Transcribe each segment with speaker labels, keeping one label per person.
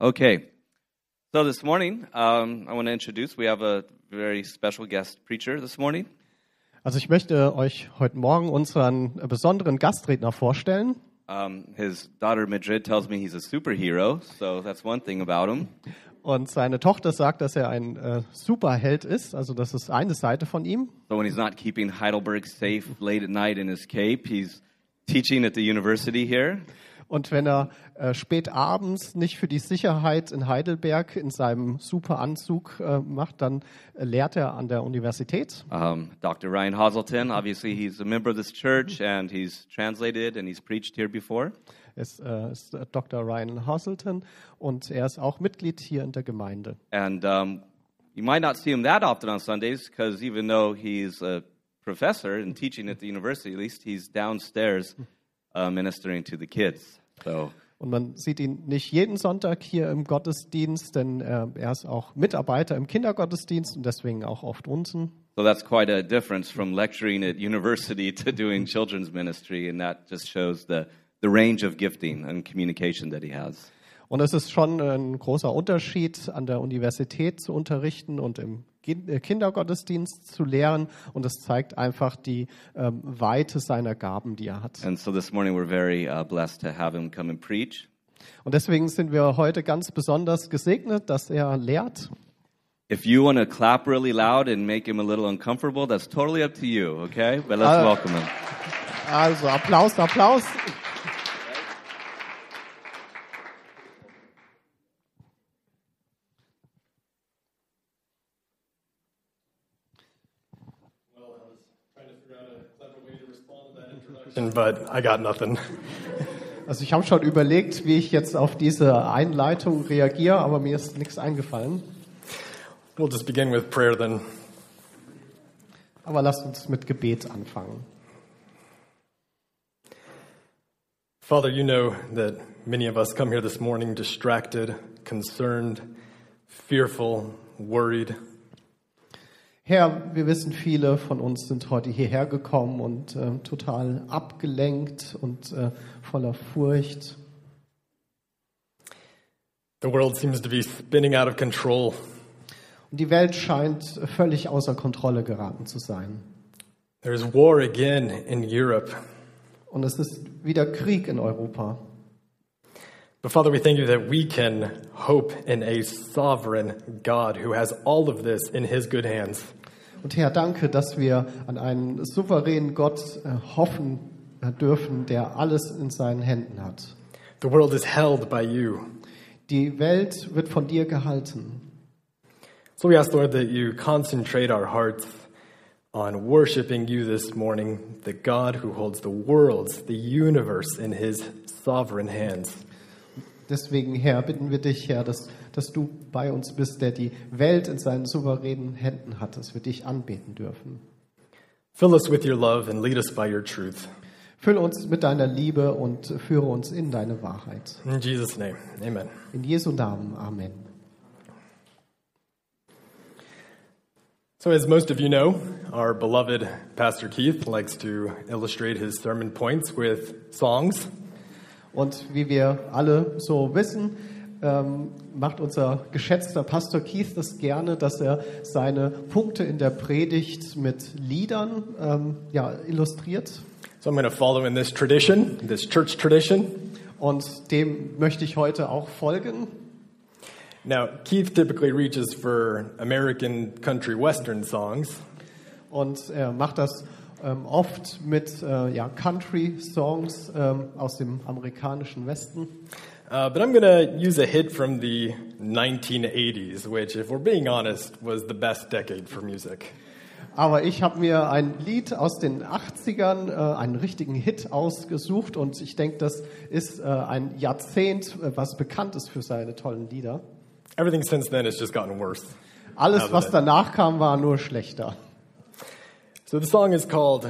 Speaker 1: Okay. So this morning, um, I want to introduce, we have a very special guest preacher this morning.
Speaker 2: Also ich möchte euch heute Morgen unseren besonderen Gastredner vorstellen.
Speaker 1: Um, his daughter Madrid tells me he's a superhero, so that's one thing about him.
Speaker 2: Und seine Tochter sagt, dass er ein äh, Superheld ist. Also das ist eine Seite von ihm.
Speaker 1: So when he's not keeping Heidelberg safe late at night in his cape, he's teaching at the university here.
Speaker 2: Und wenn er äh, spät abends nicht für die Sicherheit in Heidelberg in seinem Superanzug äh, macht, dann äh, lehrt er an der Universität.
Speaker 1: Um, Dr. Ryan Hoselton, obviously, he's a member of this church and he's translated and he's preached here before.
Speaker 2: Es äh, ist äh, Dr. Ryan Hasselton und er ist auch Mitglied hier in der Gemeinde.
Speaker 1: And um, you might not see him that often on Sundays because even though he's a professor and teaching at the university, at least he's downstairs uh, ministering to the kids. So
Speaker 2: Und man sieht ihn nicht jeden Sonntag hier im Gottesdienst, denn äh, er ist auch Mitarbeiter im Kindergottesdienst und deswegen auch oft unten.
Speaker 1: So that's quite a difference from lecturing at university to doing children's ministry, and that just shows the, the range of gifting and communication that he has.
Speaker 2: Und es ist schon äh, ein großer Unterschied, an der Universität zu unterrichten und im Kin- äh, Kindergottesdienst zu lehren. Und es zeigt einfach die ähm, Weite seiner Gaben, die er hat.
Speaker 1: And so this morning we're very uh, blessed to have him come and preach.
Speaker 2: Und deswegen sind wir heute ganz besonders gesegnet, dass er lehrt.
Speaker 1: If you want to clap really loud and make him a little uncomfortable, that's totally up to you, okay? But let's
Speaker 2: Uh,
Speaker 1: welcome him.
Speaker 2: Also Applaus, Applaus.
Speaker 3: trying to figure out a clever way to respond to that introduction. But I got nothing.
Speaker 2: Also ich habe schon überlegt, wie ich jetzt auf diese Einleitung reagiere, aber mir ist nichts eingefallen.
Speaker 3: We'll just begin with prayer then.
Speaker 2: Aber lasst uns mit Gebet anfangen.
Speaker 3: Father, you know that many of us come here this morning distracted, concerned, fearful, worried.
Speaker 2: Herr, wir wissen, viele von uns sind heute hierher gekommen und äh, total abgelenkt und äh, voller Furcht.
Speaker 3: The world seems to be spinning out of control.
Speaker 2: Und die Welt scheint völlig außer Kontrolle geraten zu sein.
Speaker 3: There's war again in Europe.
Speaker 2: Und es ist wieder Krieg in Europa.
Speaker 3: But Father, we thank you that we can hope in a sovereign God who has all of this in his good hands.
Speaker 2: Und Herr, danke, dass wir an einen souveränen Gott äh, hoffen äh, dürfen, der alles in seinen Händen hat.
Speaker 3: The world is held by you.
Speaker 2: Die Welt wird von dir gehalten.
Speaker 3: So we ask, Lord, that you concentrate our hearts on worshiping you this morning, the God who holds the worlds, the universe in his sovereign hands.
Speaker 2: Deswegen, Herr, bitten wir dich, Herr, dass, dass du bei uns bist, der die Welt in seinen souveränen Händen hat, dass wir dich anbeten dürfen.
Speaker 3: Fill us with your love and lead us by your truth.
Speaker 2: Fülle uns mit deiner Liebe und führe uns in deine Wahrheit.
Speaker 3: In Jesus' name, amen.
Speaker 2: In Jesu Namen, Amen.
Speaker 3: So, as most of you know, our beloved Pastor Keith likes to illustrate his sermon points with songs.
Speaker 2: Und wie wir alle so wissen, ähm, macht unser geschätzter Pastor Keith das gerne, dass er seine Punkte in der Predigt mit Liedern ähm, ja, illustriert.
Speaker 3: So, I'm going to follow in this tradition, this church tradition.
Speaker 2: Und dem möchte ich heute auch folgen.
Speaker 3: Now, Keith typically reaches for American country western songs.
Speaker 2: und er macht das ähm, oft mit äh, ja, Country-Songs ähm, aus dem amerikanischen Westen.
Speaker 3: Uh, but I'm going to use a hit from the 1980s, which, if we're being honest, was the best decade for music.
Speaker 2: Aber ich habe mir ein Lied aus den 80ern, äh, einen richtigen Hit ausgesucht und ich denke, das ist äh, ein Jahrzehnt, äh, was bekannt ist für seine tollen Lieder.
Speaker 3: Everything since then has just gotten worse.
Speaker 2: Alles,
Speaker 3: Aber-
Speaker 2: was danach kam, war nur schlechter.
Speaker 3: So the song is called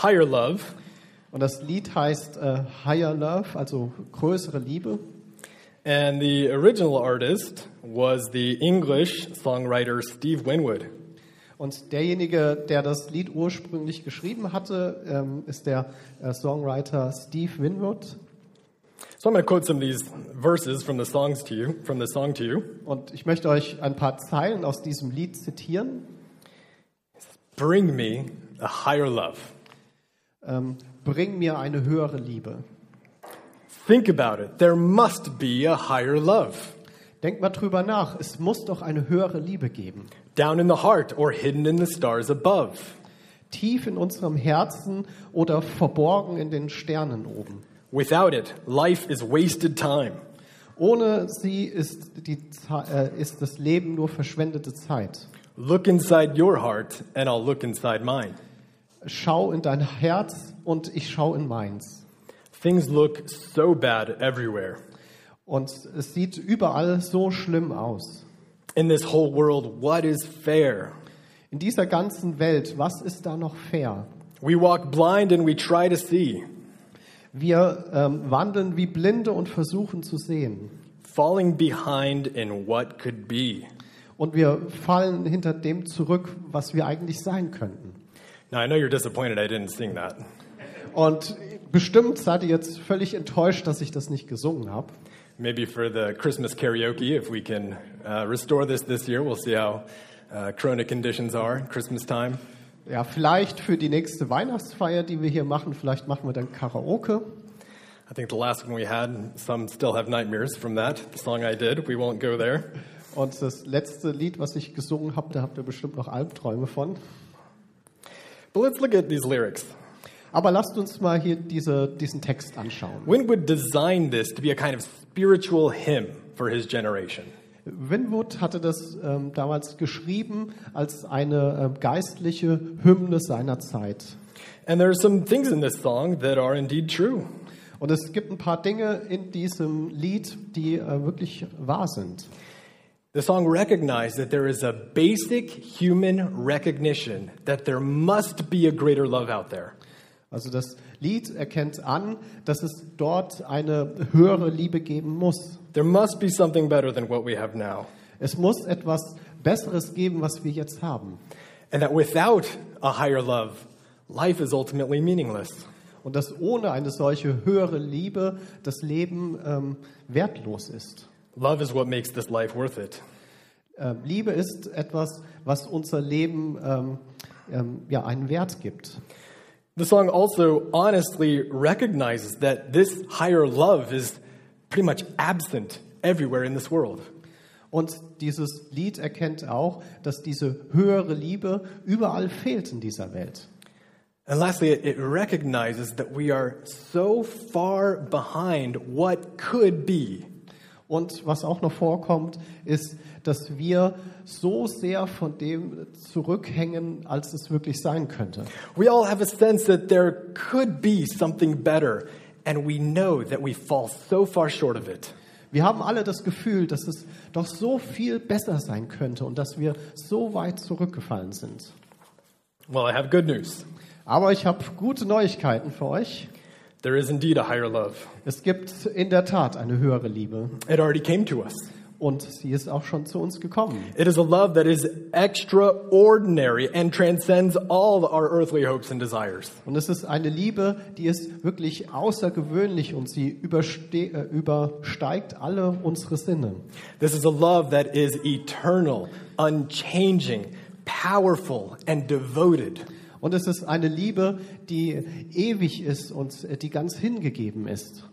Speaker 3: Higher Love,
Speaker 2: Und das Lied heißt äh, Higher Love, also größere Liebe.
Speaker 3: and the original artist was the English songwriter Steve Winwood.
Speaker 2: Und derjenige, der das Lied ursprünglich geschrieben hatte, ähm, ist der äh, Songwriter Steve Winwood.
Speaker 3: So So I'm going to quote some of these verses from the songs to you, from the song to you.
Speaker 2: Und ich möchte euch ein paar Zeilen aus diesem Lied zitieren.
Speaker 3: Bring me a higher love.
Speaker 2: Ähm, Bring mir eine höhere Liebe.
Speaker 3: Think about it. There must be a higher love
Speaker 2: Denkt mal drüber nach. Es muss doch eine höhere Liebe geben.
Speaker 3: down in the heart or hidden in the stars above.
Speaker 2: Tief in unserem Herzen oder verborgen in den Sternen oben.
Speaker 3: Without it, life is wasted time.
Speaker 2: Ohne sie ist, die, Ze- äh, ist das Leben nur verschwendete Zeit.
Speaker 3: Look inside your heart, and I'll look inside mine.
Speaker 2: Schau in dein Herz und ich schau in meins.
Speaker 3: Things look so bad everywhere.
Speaker 2: Und es sieht überall so schlimm aus.
Speaker 3: In this whole world, what is fair?
Speaker 2: In dieser ganzen Welt, was ist da noch fair?
Speaker 3: We walk blind and we try to see,
Speaker 2: Wir ähm, wandeln wie Blinde und versuchen zu sehen.
Speaker 3: falling behind in what could be.
Speaker 2: Und wir fallen hinter dem zurück, was wir eigentlich sein könnten.
Speaker 3: Now, I know you're disappointed I didn't sing that,
Speaker 2: Und bestimmt seid ihr jetzt völlig enttäuscht, dass ich das nicht gesungen habe.
Speaker 3: Maybe for the Christmas karaoke, if we can uh, restore this this year, we'll see how uh, corona conditions are Christmas time.
Speaker 2: Ja, vielleicht für die nächste Weihnachtsfeier, die wir hier machen, vielleicht machen wir dann Karaoke.
Speaker 3: I think the last one we had, some still have nightmares from that. The song I did, we won't go there.
Speaker 2: Und das letzte Lied, was ich gesungen habe, da habt ihr bestimmt noch Albträume von.
Speaker 3: But let's look at these lyrics.
Speaker 2: Aber lasst uns mal hier diese, diesen Text anschauen.
Speaker 3: Winwood designed this to be a kind of spiritual hymn for his generation.
Speaker 2: Winwood hatte das ähm, damals geschrieben als eine ähm, geistliche Hymne seiner Zeit.
Speaker 3: And there are some things in this song that are indeed true.
Speaker 2: Und es gibt ein paar Dinge in diesem Lied, die äh, wirklich wahr sind.
Speaker 3: The song recognized that there is a basic human recognition that there must be a greater love out there.
Speaker 2: Also das Lied erkennt an, dass es dort eine höhere Liebe geben muss.
Speaker 3: There must be something better than what we have now.
Speaker 2: Es muss etwas Besseres geben, was wir jetzt haben.
Speaker 3: And that without a higher love, life is ultimately meaningless.
Speaker 2: Und dass ohne eine solche höhere Liebe das Leben ähm, wertlos ist.
Speaker 3: Love is what makes this life worth it.
Speaker 2: Ähm, Liebe ist etwas, was unser Leben ähm, ähm, ja, einen Wert gibt.
Speaker 3: The song also honestly recognizes that this higher love is pretty much absent everywhere in this world.
Speaker 2: Und dieses Lied erkennt auch, dass diese höhere Liebe überall fehlt in dieser Welt.
Speaker 3: And lastly, it it recognizes that we are so far behind what could be.
Speaker 2: Und was auch noch vorkommt, ist, dass wir so sehr von dem zurückhängen, als es wirklich sein könnte.
Speaker 3: We all have a sense that there could be something better, and we know that we fall so far short of it.
Speaker 2: Wir haben alle das Gefühl, dass es doch so viel besser sein könnte und dass wir so weit zurückgefallen sind.
Speaker 3: Well, I have good news.
Speaker 2: Aber ich habe gute Neuigkeiten für euch.
Speaker 3: There is indeed a higher love.
Speaker 2: Es gibt in der Tat eine höhere Liebe
Speaker 3: It already came to us.
Speaker 2: und sie ist auch schon zu uns gekommen.
Speaker 3: It is a love that is extraordinary and transcends all our earthly hopes and desires.
Speaker 2: Und es ist eine Liebe, die ist wirklich außergewöhnlich und sie überste äh, übersteigt alle unsere Sinne.
Speaker 3: This is a love that is eternal, unchanging, powerful, and devoted.
Speaker 2: Und es ist eine Liebe, die ewig ist und äh, die ganz hingegeben ist.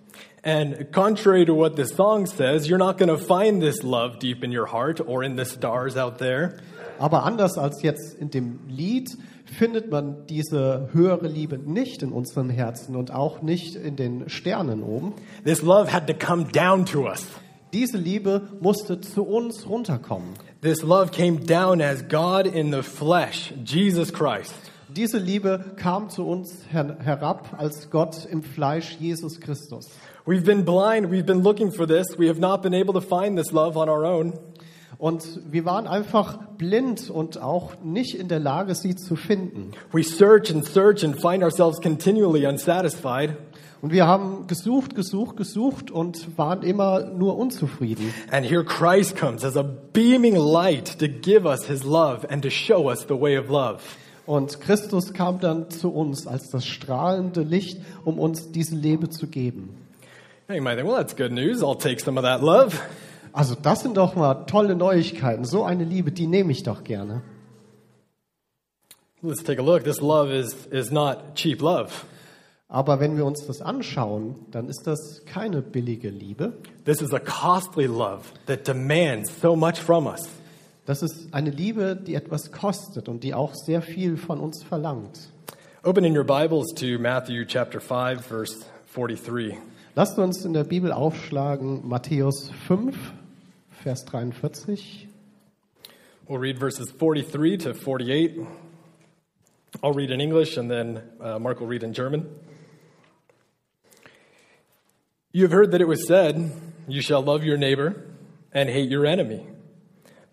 Speaker 3: And contrary to what this song says, you're not going to find this love deep in your heart or in the stars out there.
Speaker 2: Aber anders als jetzt in dem Lied findet man diese höhere Liebe nicht in unserem Herzen und auch nicht in den Sternen oben.
Speaker 3: This love had to come down to us.
Speaker 2: Diese Liebe musste zu uns runterkommen.
Speaker 3: This love came down as God in the flesh, Jesus Christ.
Speaker 2: Diese Liebe kam zu uns her herab als Gott im Fleisch Jesus Christus.
Speaker 3: We've been blind. We've been looking for this. We have not been able to find this love on our own.
Speaker 2: Und wir waren einfach blind und auch nicht in der Lage, sie zu finden.
Speaker 3: We search and search and find ourselves continually unsatisfied.
Speaker 2: Und wir haben gesucht, gesucht, gesucht und waren immer nur unzufrieden.
Speaker 3: And here Christ comes as a beaming light to give us his love and to show us the way of love.
Speaker 2: Und Christus kam dann zu uns als das strahlende Licht, um uns diese Liebe zu geben.
Speaker 3: And you might think, well, that's good news. I'll take some of that love.
Speaker 2: Also das sind doch mal tolle Neuigkeiten. So eine Liebe, die nehme ich doch gerne.
Speaker 3: Let's take a look. This love is, is not cheap love.
Speaker 2: Aber wenn wir uns das anschauen, dann ist das keine billige Liebe.
Speaker 3: This is a costly love that demands so much from us.
Speaker 2: Das ist eine Liebe, die etwas kostet und die auch sehr viel von uns verlangt.
Speaker 3: Open in your Bibles to Matthew chapter 5, verse 43.
Speaker 2: Lasst uns in der Bibel aufschlagen Matthäus 5, Vers 43.
Speaker 3: We'll read verses 43 to 48. I'll read in English and then uh, Mark will read in German. You have heard that it was said, You shall love your neighbor and hate your enemy.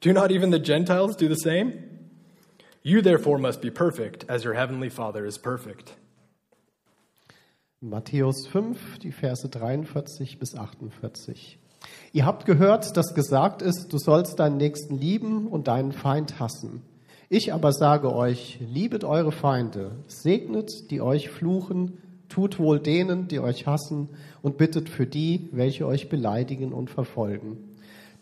Speaker 3: Do not even the Gentiles do the same? You therefore must be perfect, as your heavenly Father is perfect.
Speaker 2: Matthäus 5, die Verse 43 bis 48. Ihr habt gehört, dass gesagt ist, du sollst deinen Nächsten lieben und deinen Feind hassen. Ich aber sage euch, liebet eure Feinde, segnet, die euch fluchen, tut wohl denen, die euch hassen, und bittet für die, welche euch beleidigen und verfolgen,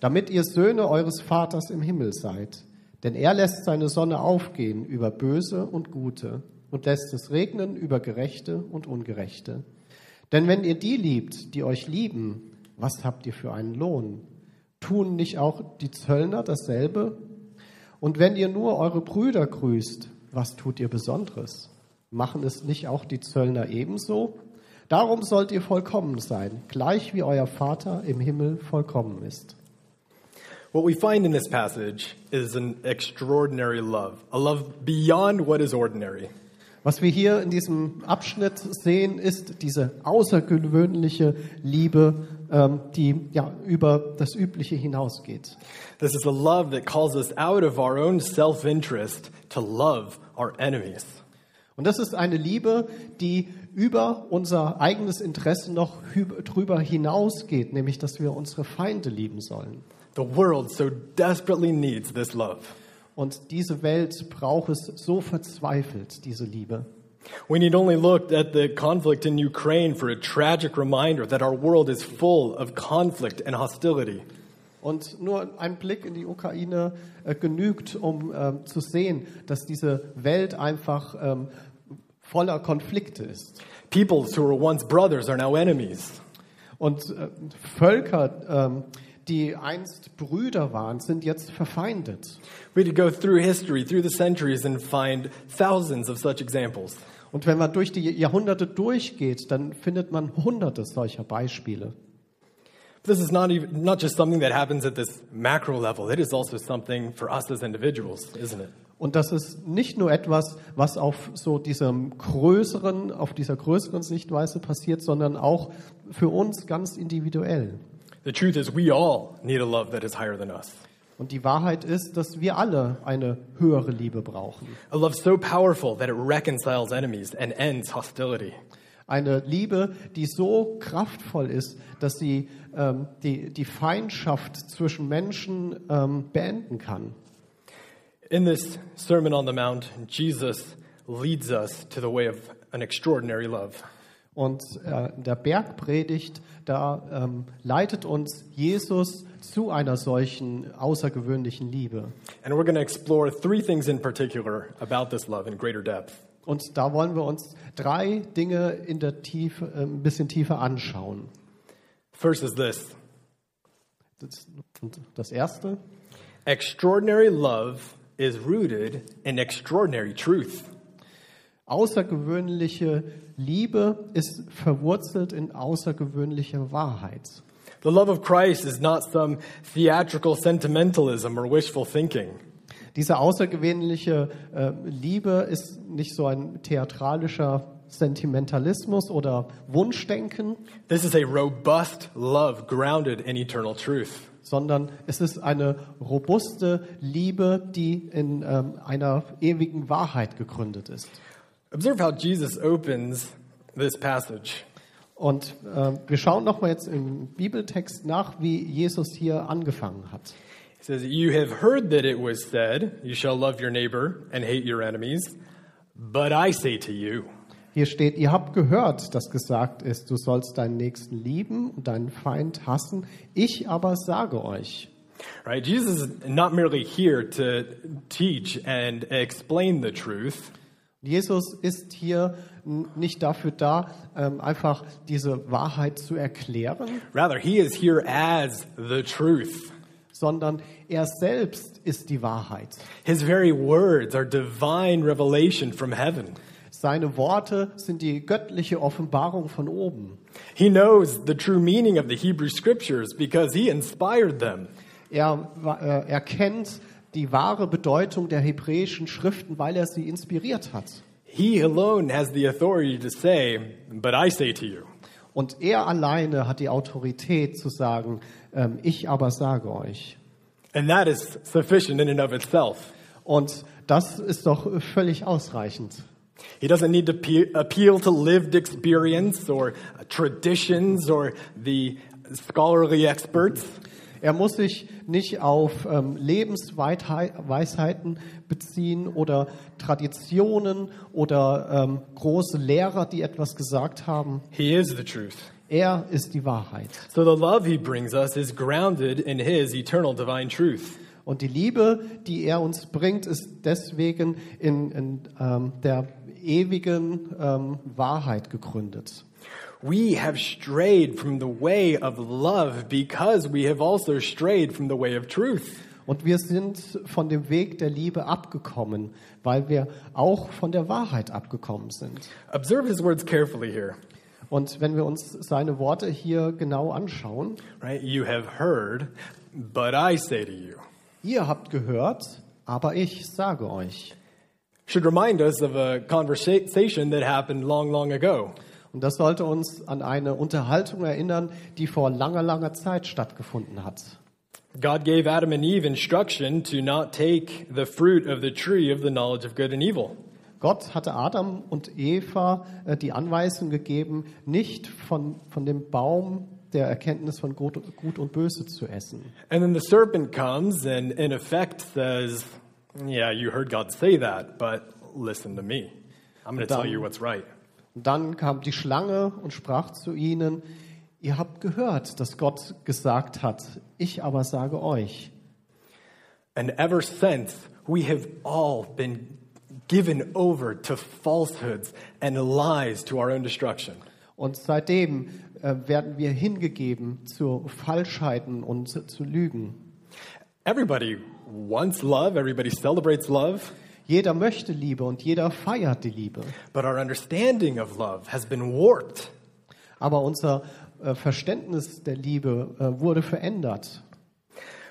Speaker 2: damit ihr Söhne eures Vaters im Himmel seid. Denn er lässt seine Sonne aufgehen über Böse und Gute und lässt es regnen über Gerechte und Ungerechte. Denn wenn ihr die liebt, die euch lieben, was habt ihr für einen Lohn? Tun nicht auch die Zöllner dasselbe? Und wenn ihr nur eure Brüder grüßt, was tut ihr Besonderes? Machen es nicht auch die Zöllner ebenso? Darum sollt ihr vollkommen sein, gleich wie euer Vater im Himmel vollkommen ist.
Speaker 3: What we find in this passage is an extraordinary love, a love beyond what is ordinary.
Speaker 2: Was wir hier in diesem Abschnitt sehen, ist diese außergewöhnliche Liebe, ähm, die ja über das Übliche hinausgeht.
Speaker 3: This is a love that calls us out of our own self interest to love our enemies.
Speaker 2: Und das ist eine Liebe, die über unser eigenes Interesse noch hü- drüber hinausgeht, nämlich dass wir unsere Feinde lieben sollen.
Speaker 3: The world so desperately needs this love.
Speaker 2: Und diese Welt braucht es so verzweifelt, diese Liebe.
Speaker 3: We need only look at the conflict in Ukraine for a tragic reminder that our world is full of conflict and hostility.
Speaker 2: Und nur ein Blick in die Ukraine äh, genügt, um ähm, zu sehen, dass diese Welt einfach ähm, voller Konflikte ist.
Speaker 3: Peoples who were once brothers are now enemies.
Speaker 2: Und äh, Völker, ähm, die einst Brüder waren, sind jetzt verfeindet.
Speaker 3: We could go through history, through the centuries, and find thousands of such examples.
Speaker 2: Und wenn man durch die Jahrhunderte durchgeht, dann findet man hunderte solcher Beispiele.
Speaker 3: This is not, even, not just something that happens at this macro level, it is also something for us as individuals, isn't it?
Speaker 2: Und das ist nicht nur etwas, was auf so diesem größeren, auf dieser größeren Sichtweise passiert, sondern auch für uns ganz individuell.
Speaker 3: The truth is, we all need a love that is higher than us.
Speaker 2: Und die Wahrheit ist, dass wir alle eine höhere Liebe brauchen.
Speaker 3: A love so powerful that it reconciles enemies and ends hostility.
Speaker 2: Eine Liebe, die so kraftvoll ist, dass sie ähm, die, die Feindschaft zwischen Menschen ähm, beenden kann.
Speaker 3: In this Sermon on the Mount, Jesus leads us to the way of an extraordinary love.
Speaker 2: Und äh, in der Bergpredigt, da ähm, leitet uns Jesus zu einer solchen außergewöhnlichen Liebe.
Speaker 3: And we're going to explore three things in particular about this love in greater depth.
Speaker 2: Und da wollen wir uns drei Dinge in der Tiefe, äh, ein bisschen tiefer anschauen.
Speaker 3: First is this
Speaker 2: Das, und das erste,
Speaker 3: extraordinary love is rooted in extraordinary truth.
Speaker 2: außergewöhnliche Liebe ist verwurzelt in außergewöhnlicher Wahrheit.
Speaker 3: The love of Christ is not some theatrical sentimentalism or wishful thinking.
Speaker 2: Diese außergewöhnliche äh, Liebe ist nicht so ein theatralischer Sentimentalismus oder Wunschdenken,
Speaker 3: This is a robust love grounded in eternal truth.
Speaker 2: sondern es ist eine robuste Liebe, die in ähm, einer ewigen Wahrheit gegründet ist.
Speaker 3: Observe how Jesus opens this passage.
Speaker 2: Und ähm, wir schauen nochmal jetzt im Bibeltext nach, wie Jesus hier angefangen hat.
Speaker 3: He says, You have heard that it was said, You shall love your neighbor and hate your enemies. But I say to you,
Speaker 2: Hier steht, ihr habt gehört, dass gesagt ist, du sollst deinen Nächsten lieben und deinen Feind hassen. Ich aber sage euch.
Speaker 3: right? Jesus is not merely here to teach and explain the truth,
Speaker 2: Jesus ist hier n- nicht dafür da, ähm, einfach diese Wahrheit zu erklären,
Speaker 3: rather, he is here as the truth.
Speaker 2: sondern er selbst ist die Wahrheit.
Speaker 3: His very words are divine revelation from heaven.
Speaker 2: Seine Worte sind die göttliche Offenbarung von oben.
Speaker 3: He knows the true meaning of the Hebrew scriptures because he inspired them.
Speaker 2: Er wa- äh, erkennt die wahre Bedeutung der hebräischen Schriften, weil er sie inspiriert hat.
Speaker 3: He alone has the authority to say, But I say to you.
Speaker 2: Und er alleine hat die Autorität zu sagen, ähm, ich aber sage euch.
Speaker 3: And that is sufficient in and of itself.
Speaker 2: Und das ist doch völlig ausreichend.
Speaker 3: He doesn't need to pe- appeal to lived experience or traditions or the scholarly experts.
Speaker 2: Er muss sich nicht auf ähm, Lebensweisheiten beziehen oder Traditionen oder ähm, große Lehrer, die etwas gesagt haben.
Speaker 3: He is the truth.
Speaker 2: Er ist die Wahrheit.
Speaker 3: So the love he brings us is grounded in his eternal divine truth.
Speaker 2: Und die Liebe, die er uns bringt, ist deswegen in, in ähm, der ewigen ähm, Wahrheit gegründet.
Speaker 3: We have strayed from the way of love because we have also strayed from the way of truth.
Speaker 2: Und wir sind von dem Weg der Liebe abgekommen, weil wir auch von der Wahrheit abgekommen sind.
Speaker 3: Observe his words carefully here,
Speaker 2: Und wenn wir uns seine Worte hier genau anschauen,
Speaker 3: right? You have heard, but I say to you.
Speaker 2: ihr habt gehört, aber ich sage euch.
Speaker 3: Should remind us of a conversation that happened long, long ago.
Speaker 2: Und das sollte uns an eine Unterhaltung erinnern, die vor langer, langer Zeit stattgefunden hat.
Speaker 3: God gave Adam and Eve instruction to not take the fruit of the tree of the knowledge of good and evil.
Speaker 2: Gott hatte Adam und Eva äh, die Anweisung gegeben, nicht von, von dem Baum der Erkenntnis von Gut, Gut und Böse zu essen.
Speaker 3: And then the serpent comes and, in effect, says, Yeah, you heard God say that, but listen to me. I'm going to tell you what's right.
Speaker 2: Und dann kam die Schlange und sprach zu ihnen, ihr habt gehört, dass Gott gesagt hat, ich aber sage euch.
Speaker 3: And ever since, we have all been given over to falsehoods and lies to our own destruction.
Speaker 2: Und seitdem äh, werden wir hingegeben zu Falschheiten und zu, zu Lügen.
Speaker 3: Everybody wants love, everybody celebrates love,
Speaker 2: Jeder möchte Liebe und jeder feiert die Liebe.
Speaker 3: but our understanding of love has been warped.
Speaker 2: Aber unser äh, Verständnis der Liebe äh, wurde verändert.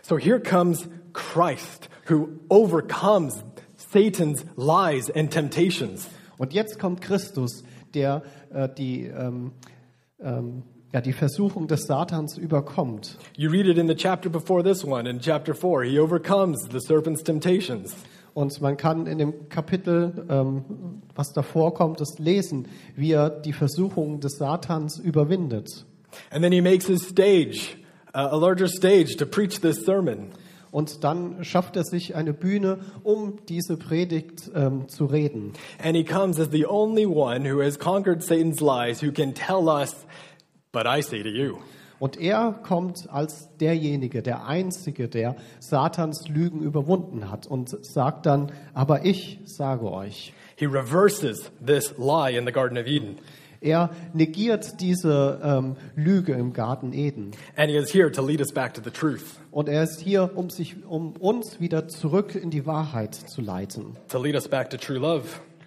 Speaker 3: So here comes Christ who overcomes Satan's lies and temptations.
Speaker 2: Und jetzt kommt Christus, der äh, die, ähm, ähm, ja, die Versuchung des Satans überkommt.
Speaker 3: You read it in the chapter before this one, in chapter 4, he overcomes the serpent's temptations.
Speaker 2: Und man kann in dem Kapitel, ähm, was davor kommt, das lesen, wie er die Versuchungen des Satans überwindet.
Speaker 3: And then he makes his stage, uh, a larger stage, to preach this sermon.
Speaker 2: Und dann schafft er sich eine Bühne, um diese Predigt ähm, zu reden.
Speaker 3: And he comes as the only one who has conquered Satan's lies who can tell us, but I say to you.
Speaker 2: Und er kommt als derjenige, der Einzige, der Satans Lügen überwunden hat und sagt dann, aber ich sage euch.
Speaker 3: He reverses this lie in the Garden of Eden.
Speaker 2: Er negiert diese ähm, Lüge im Garten Eden.
Speaker 3: And he is here to lead us back to the truth,
Speaker 2: Und er ist hier, um, sich, um uns wieder zurück in die Wahrheit zu leiten,
Speaker 3: to lead us back to true love.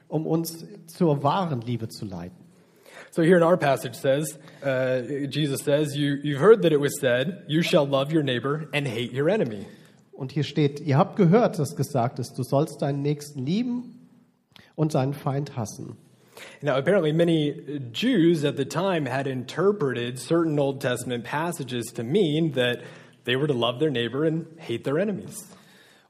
Speaker 2: um uns zur wahren Liebe zu leiten.
Speaker 3: So here in our passage says, uh, Jesus says, you, You've heard that it was said, You shall love your neighbor and hate your enemy.
Speaker 2: Und hier steht, ihr habt gehört, dass gesagt ist, du sollst deinen Nächsten lieben und deinen Feind hassen.
Speaker 3: Now, apparently, many Jews at the time had interpreted certain Old Testament passages to mean that they were to love their neighbor and hate their enemies.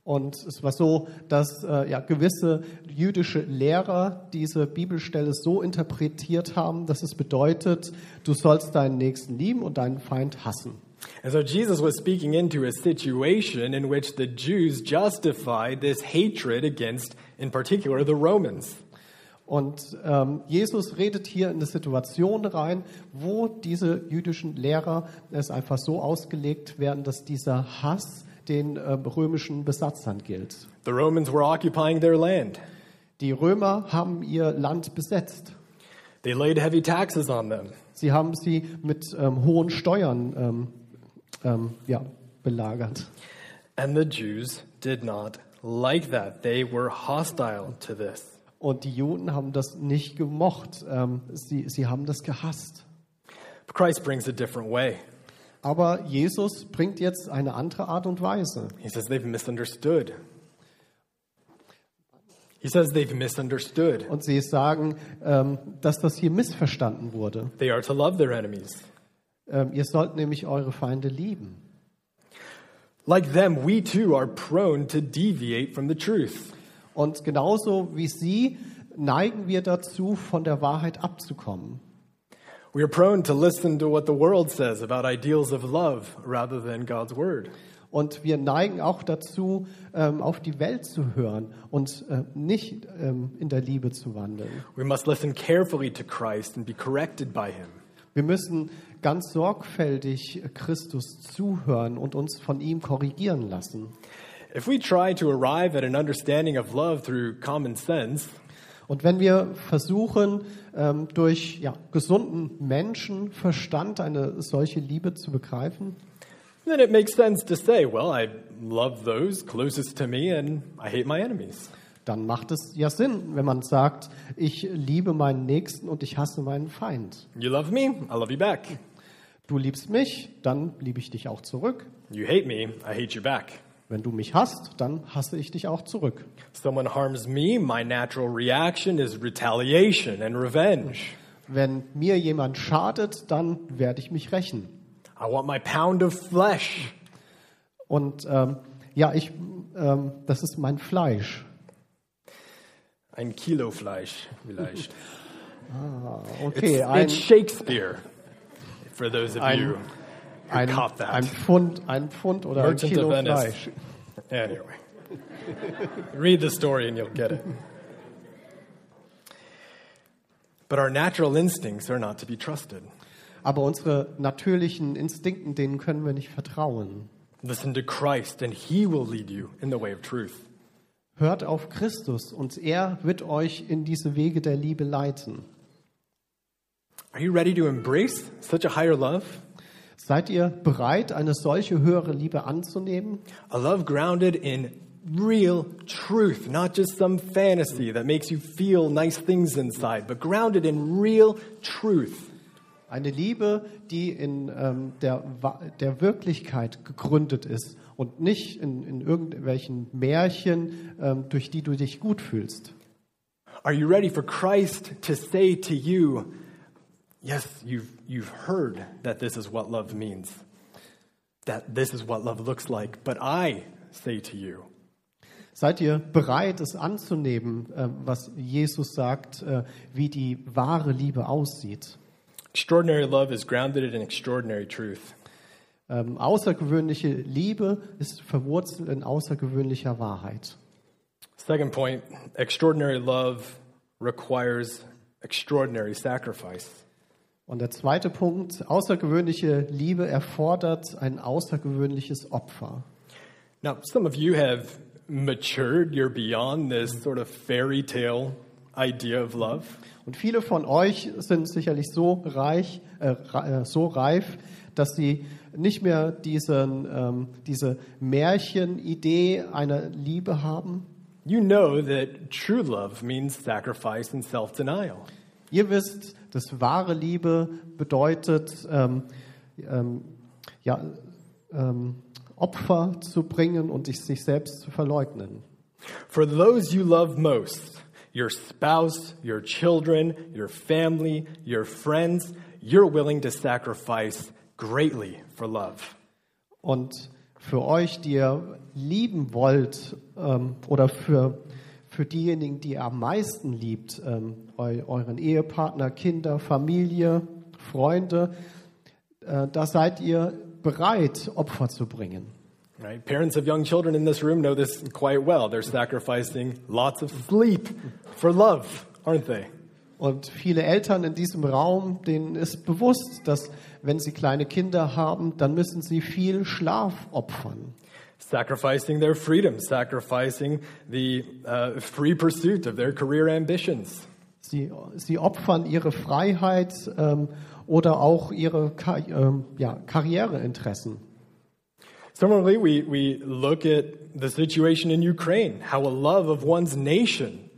Speaker 2: Und es war so, dass äh, ja, gewisse jüdische Lehrer diese Bibelstelle so interpretiert haben, dass es bedeutet, du sollst deinen Nächsten lieben und deinen Feind hassen.
Speaker 3: And so Jesus was speaking into a situation in which the Jews justified this hatred against, in particular, the Romans.
Speaker 2: Und ähm, Jesus redet hier in eine Situation rein, wo diese jüdischen Lehrer es einfach so ausgelegt werden, dass dieser Hass den ähm, römischen Besatzern gilt.
Speaker 3: The Romans were occupying their land,
Speaker 2: Die Römer haben ihr Land besetzt.
Speaker 3: they laid heavy taxes on them.
Speaker 2: Sie haben sie mit ähm, hohen Steuern ähm, ähm, ja, belagert.
Speaker 3: And the Jews did not like that. They were hostile to this.
Speaker 2: Und die Juden haben das nicht gemocht. Ähm, sie, sie haben das gehasst.
Speaker 3: But Christ brings a different way.
Speaker 2: Aber Jesus bringt jetzt eine andere Art und Weise.
Speaker 3: He says they've misunderstood. He says they've misunderstood.
Speaker 2: Und sie sagen, ähm, dass das hier missverstanden wurde.
Speaker 3: They are to love their enemies.
Speaker 2: Ähm, ihr sollt nämlich eure Feinde lieben.
Speaker 3: Like them, we too are prone to deviate from the truth.
Speaker 2: Und genauso wie sie neigen wir dazu, von der Wahrheit abzukommen.
Speaker 3: We are prone to listen to what the world says about ideals of love rather than God's word.
Speaker 2: Und wir neigen auch dazu, ähm, auf die Welt zu hören und äh, nicht ähm, in der Liebe zu wandeln.
Speaker 3: We must listen carefully to Christ and be corrected by him.
Speaker 2: Wir müssen ganz sorgfältig Christus zuhören und uns von ihm korrigieren lassen.
Speaker 3: If we try to arrive at an understanding of love through common sense,
Speaker 2: Und wenn wir versuchen, ähm, durch ja, gesunden Menschenverstand eine solche Liebe zu begreifen,
Speaker 3: then it makes sense to say, well, I love those closest to me and I hate my enemies.
Speaker 2: dann macht es ja Sinn, wenn man sagt, ich liebe meinen Nächsten und ich hasse meinen Feind.
Speaker 3: You love me, I love you back.
Speaker 2: Du liebst mich, dann liebe ich dich auch zurück.
Speaker 3: You hate me, I hate you back.
Speaker 2: Wenn du mich hasst, dann hasse ich dich auch zurück.
Speaker 3: Someone harms me, my natural reaction is retaliation and revenge.
Speaker 2: Wenn mir jemand schadet, dann werde ich mich rächen.
Speaker 3: I want my pound of flesh.
Speaker 2: Und ähm, ja, ich, ähm, das ist mein Fleisch.
Speaker 3: Ein Kilo Fleisch, vielleicht.
Speaker 2: Okay,
Speaker 3: it's Shakespeare, for those of
Speaker 2: Ein-
Speaker 3: you who
Speaker 2: ein,
Speaker 3: caught that.
Speaker 2: ein Pfund, ein Pfund oder ein
Speaker 3: Merchant
Speaker 2: Kilo
Speaker 3: of Venice.
Speaker 2: Fleisch.
Speaker 3: Anyway, read the story and you'll get it. But our natural instincts are not to be trusted.
Speaker 2: Aber unsere natürlichen Instinkten, denen können wir nicht vertrauen.
Speaker 3: Listen to Christ, and He will lead you in the way of truth.
Speaker 2: Hört auf Christus und er wird euch in diese Wege der Liebe leiten.
Speaker 3: Are you ready to embrace such a higher love?
Speaker 2: Seid ihr bereit, eine solche höhere Liebe anzunehmen?
Speaker 3: A love grounded in real truth, not just some fantasy that makes you feel nice things inside, but grounded in real truth.
Speaker 2: Eine Liebe, die in ähm, der, Wa- der Wirklichkeit gegründet ist und nicht in, in irgendwelchen Märchen, ähm, durch die du dich gut fühlst.
Speaker 3: Are you ready for Christ to say to you, Yes, you've, you've heard that this is what love means, that this is what love looks like, but I say to you,
Speaker 2: Seid ihr bereit, es anzunehmen, äh, was Jesus sagt, äh, wie die wahre Liebe aussieht?
Speaker 3: extraordinary love is grounded in extraordinary truth.
Speaker 2: Ähm, außergewöhnliche Liebe ist verwurzelt in außergewöhnlicher Wahrheit.
Speaker 3: Second point extraordinary love requires extraordinary sacrifice.
Speaker 2: Und der zweite Punkt, außergewöhnliche Liebe erfordert ein außergewöhnliches Opfer.
Speaker 3: Now, some of you have matured, you're beyond this sort of fairy tale idea of love.
Speaker 2: Und viele von euch sind sicherlich so reich, äh, re- äh, so reif, dass sie nicht mehr diesen, ähm, diese Märchenidee einer Liebe haben.
Speaker 3: You know that true love means sacrifice and self denial.
Speaker 2: Ihr wisst, dass wahre Liebe bedeutet, ähm, ähm, ja, ähm, Opfer zu bringen und sich- sich selbst zu verleugnen.
Speaker 3: For those you love most, your spouse, your children, your family, your friends, you're willing to sacrifice greatly for love.
Speaker 2: Und für euch, die ihr lieben wollt, ähm, oder für, für diejenigen, die ihr am meisten liebt, ähm, eu, euren Ehepartner, Kinder, Familie, Freunde, äh, da seid ihr bereit, Opfer zu bringen.
Speaker 3: Right? Parents of young children in this room know this quite well. They're sacrificing lots of sleep for love, aren't they?
Speaker 2: Und viele Eltern in diesem Raum, denen ist bewusst, dass wenn sie kleine Kinder haben, dann müssen sie viel Schlaf opfern.
Speaker 3: Sacrificing their freedom, sacrificing the uh, free pursuit of their career ambitions.
Speaker 2: Sie, sie opfern ihre Freiheit ähm, oder auch ihre Ka ähm, ja, Karriereinteressen.
Speaker 3: Similarly, we, we look at the situation in Ukraine, how a love of one's nation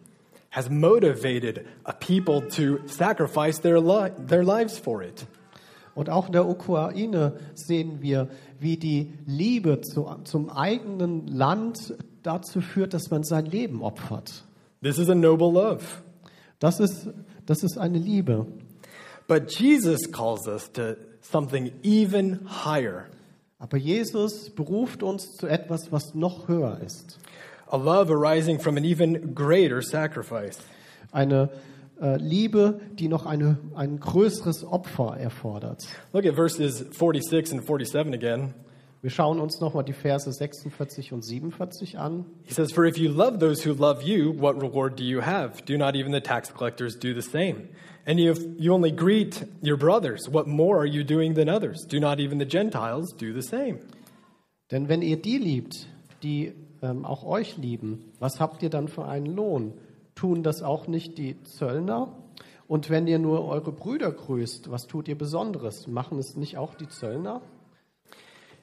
Speaker 3: has motivated a people to sacrifice their, li- their lives for it.
Speaker 2: Und auch in der Ukraine sehen wir, wie die Liebe zu, zum eigenen Land dazu führt, dass man sein Leben opfert.
Speaker 3: This is a noble love.
Speaker 2: Das ist, das ist eine Liebe.
Speaker 3: But Jesus calls us to something even higher
Speaker 2: Aber Jesus beruft uns zu etwas, was noch höher ist.
Speaker 3: a love arising from an even greater sacrifice.
Speaker 2: Eine äh, Liebe, die noch eine, ein größeres Opfer erfordert.
Speaker 3: Look at verses 46 and 47 again.
Speaker 2: Wir schauen uns nochmal die Verse 46 und 47 an.
Speaker 3: He says, For if you love those who love you, what reward do you have? Do not even the tax collectors do the same? And if you only greet your brothers, what more are you doing than others? Do not even the Gentiles do the same?
Speaker 2: Denn wenn ihr die liebt, die ähm, auch euch lieben, was habt ihr dann für einen Lohn? Tun das auch nicht die Zöllner? Und wenn ihr nur eure Brüder grüßt, was tut ihr Besonderes? Machen es nicht auch die Zöllner?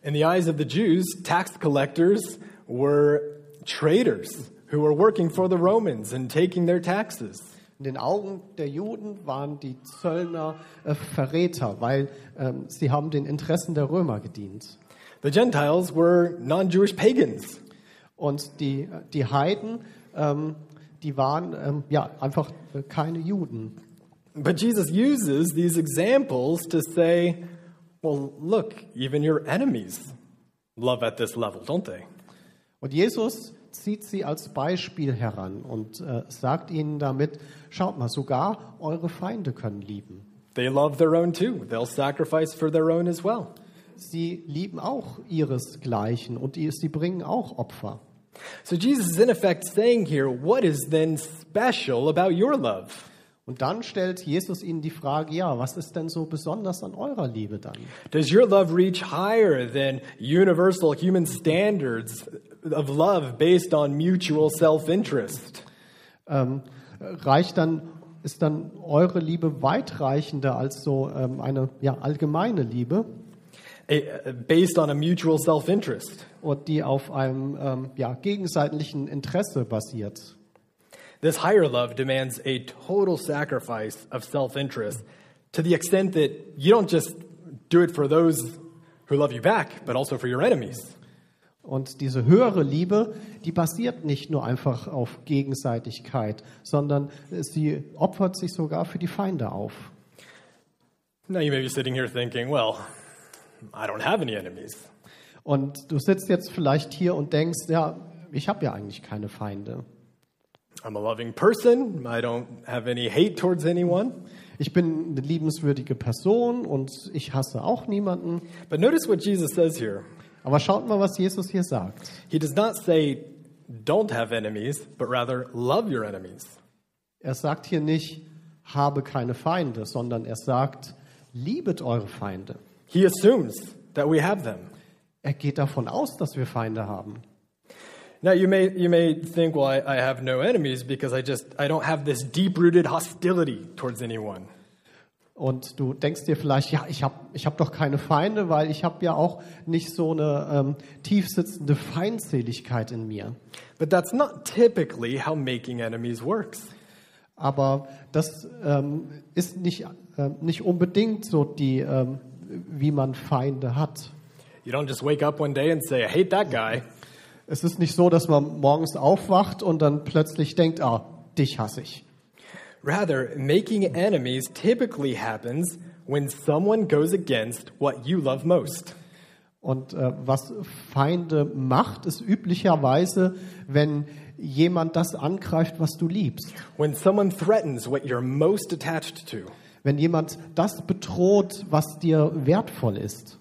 Speaker 3: In the eyes of the Jews, tax collectors were traitors who were working for the Romans and taking their taxes.
Speaker 2: In den Augen der Juden waren die Zöllner äh, Verräter, weil ähm, sie haben den Interessen der Römer gedient.
Speaker 3: The Gentiles were non Jewish pagans
Speaker 2: Und die, die Heiden, ähm, die waren ähm, ja einfach äh, keine Juden.
Speaker 3: But Jesus uses these examples to say, well, look, even your enemies love at this level, don't they?
Speaker 2: Und Jesus zieht sie als Beispiel heran und äh, sagt ihnen damit, schaut mal, sogar eure Feinde können lieben.
Speaker 3: They love their own too. They'll sacrifice for their own as well.
Speaker 2: Sie lieben auch ihresgleichen und ihr- sie bringen auch Opfer.
Speaker 3: So Jesus is in effect saying here, what is then special about your love?
Speaker 2: Und dann stellt Jesus ihnen die Frage, ja, was ist denn so besonders an eurer Liebe dann?
Speaker 3: Does your love reach higher than universal human standards of love based on mutual self interest?
Speaker 2: Ähm, reicht dann, ist dann eure Liebe weitreichender als so ähm, eine ja, allgemeine Liebe
Speaker 3: Based on a mutual self interest?
Speaker 2: und die auf einem ähm, ja, gegenseitigen Interesse basiert?
Speaker 3: This higher love demands a total sacrifice of self interest to the extent that you don't just do it for those who love you back, but also for your enemies.
Speaker 2: Und diese höhere Liebe, die basiert nicht nur einfach auf Gegenseitigkeit, sondern sie opfert sich sogar für die Feinde auf.
Speaker 3: Now you may be sitting here thinking, well, I don't have any enemies.
Speaker 2: Und du sitzt jetzt vielleicht hier und denkst, ja, ich habe ja eigentlich keine Feinde.
Speaker 3: I'm a loving person. I don't have any hate towards anyone.
Speaker 2: Ich bin eine liebenswürdige Person und ich hasse auch niemanden.
Speaker 3: But notice what Jesus says here.
Speaker 2: Aber schaut mal, was Jesus hier sagt.
Speaker 3: He does not say, don't have enemies, but rather, love your enemies.
Speaker 2: Er sagt hier nicht, habe keine Feinde, sondern er sagt, liebet eure Feinde.
Speaker 3: He assumes that we have them.
Speaker 2: Er geht davon aus, dass wir Feinde haben.
Speaker 3: Now you may you may think, well, I, I have no enemies because I just I don't have this deep-rooted hostility towards anyone.
Speaker 2: Und du denkst dir vielleicht, ja, ich habe ich hab doch keine Feinde, weil ich habe ja auch nicht so eine ähm, tiefsitzende Feindseligkeit in mir.
Speaker 3: But that's not typically how making enemies works.
Speaker 2: Aber das ähm, ist nicht, ähm, nicht unbedingt so, die, ähm, wie man Feinde hat.
Speaker 3: You don't just wake up one day and say, I hate that guy.
Speaker 2: Es ist nicht so, dass man morgens aufwacht und dann plötzlich denkt, ah, dich hasse ich.
Speaker 3: Rather, making enemies typically happens when someone goes against what you love most.
Speaker 2: Und äh, was Feinde macht, ist üblicherweise, wenn jemand das angreift, was du liebst.
Speaker 3: When someone threatens what you're most attached to.
Speaker 2: Wenn jemand das bedroht, was dir wertvoll ist.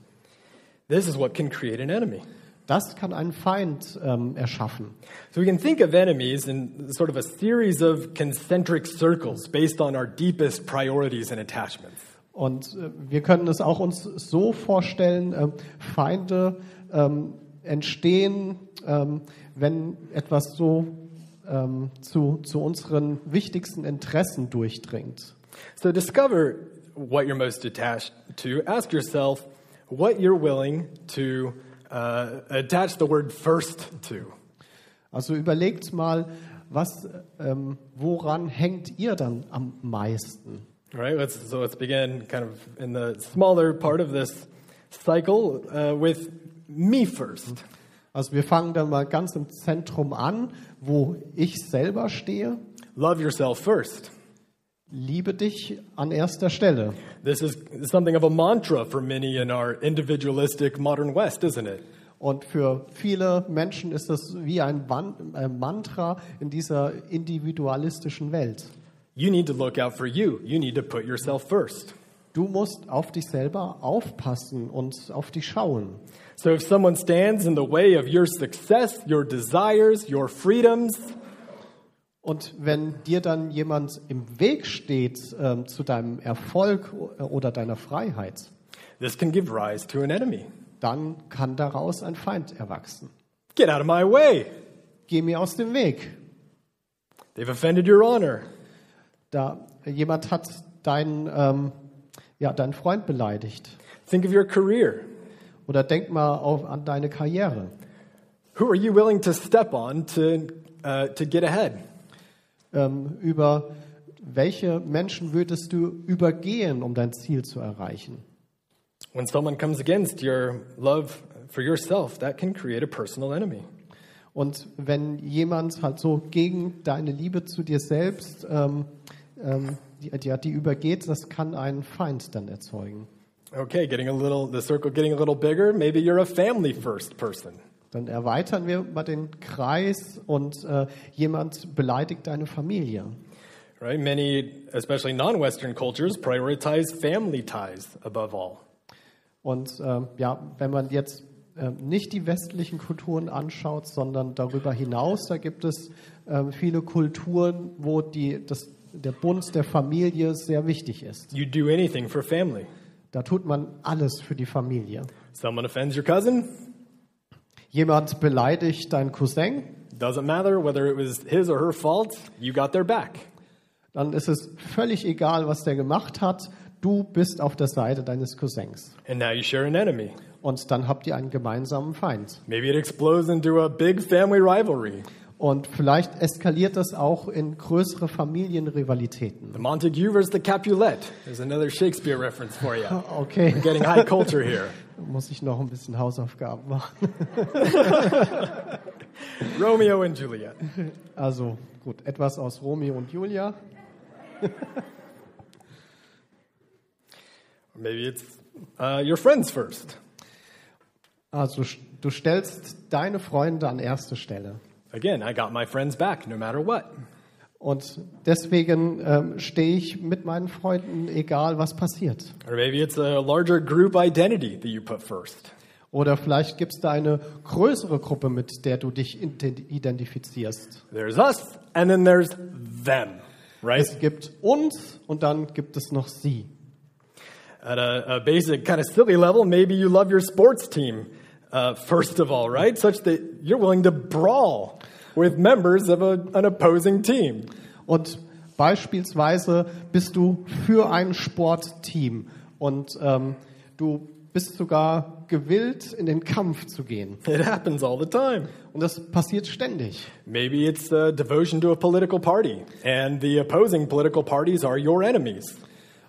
Speaker 3: This is what can create an enemy.
Speaker 2: Das kann einen Feind ähm, erschaffen.
Speaker 3: So we can think of enemies in sort of a series of concentric circles based on our deepest priorities and attachments.
Speaker 2: Und äh, wir können es auch uns so vorstellen, ähm, Feinde ähm, entstehen, ähm, wenn etwas so ähm, zu, zu unseren wichtigsten Interessen durchdringt.
Speaker 3: So discover what you're most attached to. Ask yourself what you're willing to uh, attach the word first to.
Speaker 2: Also überlegt mal, was, ähm, woran hängt ihr dann am meisten?
Speaker 3: All right, let's, so let's begin kind of in the smaller part of this cycle uh, with me first.
Speaker 2: Also wir fangen dann mal ganz im Zentrum an, wo ich selber stehe.
Speaker 3: Love yourself first.
Speaker 2: Liebe dich an erster Stelle.
Speaker 3: This is something of a mantra for many in our individualistic modern West, isn't it?
Speaker 2: Und für viele Menschen ist das wie ein, Wan äh, Mantra in dieser individualistischen Welt.
Speaker 3: You need to look out for you. You need to put yourself first.
Speaker 2: Du musst auf dich selber aufpassen und auf dich schauen.
Speaker 3: So if someone stands in the way of your success, your desires, your freedoms,
Speaker 2: Und wenn dir dann jemand im Weg steht ähm, zu deinem Erfolg oder deiner Freiheit,
Speaker 3: this can give rise to an enemy.
Speaker 2: dann kann daraus ein Feind erwachsen.
Speaker 3: Get out of my way.
Speaker 2: Geh mir aus dem Weg.
Speaker 3: They've offended your honor.
Speaker 2: Da jemand hat deinen, ähm, ja, deinen Freund beleidigt.
Speaker 3: Think of your career.
Speaker 2: Oder denk mal auf, an deine Karriere.
Speaker 3: Who are you willing to step on to, uh, to get ahead?
Speaker 2: Ähm, über welche Menschen würdest du übergehen, um dein Ziel zu erreichen?
Speaker 3: When someone comes against your love for yourself, that can create a personal enemy.
Speaker 2: Und wenn jemand halt so gegen deine Liebe zu dir selbst, ähm, ähm, die, die, die übergeht, das kann einen Feind dann erzeugen.
Speaker 3: Okay, getting a little, the circle getting a little bigger. Maybe you're a family first person.
Speaker 2: Dann erweitern wir mal den Kreis und äh, jemand beleidigt deine Familie.
Speaker 3: Right? Many, especially non Western cultures, prioritize family ties above all.
Speaker 2: Und ähm, ja, wenn man jetzt ähm, nicht die westlichen Kulturen anschaut, sondern darüber hinaus, da gibt es ähm, viele Kulturen, wo die, das, der Bund der Familie sehr wichtig ist.
Speaker 3: You do anything for family.
Speaker 2: Da tut man alles für die Familie.
Speaker 3: Someone offends your cousin,
Speaker 2: Jemand beleidigt deinen Cousin,
Speaker 3: doesn't matter whether it was his or her fault, you got their back.
Speaker 2: dann ist es völlig egal, was der gemacht hat. Du bist auf der Seite deines Cousins.
Speaker 3: And now you share an enemy.
Speaker 2: Und dann habt ihr einen gemeinsamen Feind.
Speaker 3: Maybe it explodes into a big family rivalry.
Speaker 2: Und vielleicht eskaliert das auch in größere Familienrivalitäten.
Speaker 3: The Montague versus the Capulet. There's another Shakespeare reference for you.
Speaker 2: Okay,
Speaker 3: Getting high culture here.
Speaker 2: muss ich noch ein bisschen Hausaufgaben machen.
Speaker 3: Romeo and Juliet.
Speaker 2: Also gut, etwas aus Romeo und Julia.
Speaker 3: Or maybe it's uh, your friends first.
Speaker 2: Also sch- du stellst deine Freunde an erste Stelle.
Speaker 3: Again, I got my friends back no matter what.
Speaker 2: Und deswegen ähm, stehe ich mit meinen Freunden, egal was passiert.
Speaker 3: Or maybe it's a larger group identity that you put first.
Speaker 2: Oder vielleicht gibt es da eine größere Gruppe, mit der du dich ident- identifizierst.
Speaker 3: There's us, and then there's them, right?
Speaker 2: Es gibt uns und dann gibt es noch sie.
Speaker 3: At a, a basic, kind of silly level, maybe you love your sports team, uh, first of all, right? Such that you're willing to brawl with members of a, an opposing team.
Speaker 2: Und beispielsweise bist du für ein Sportteam und ähm, du bist sogar gewillt, in den Kampf zu gehen.
Speaker 3: It happens all the time.
Speaker 2: Und das passiert ständig.
Speaker 3: Maybe it's a devotion to a political party, and the opposing political parties are your enemies.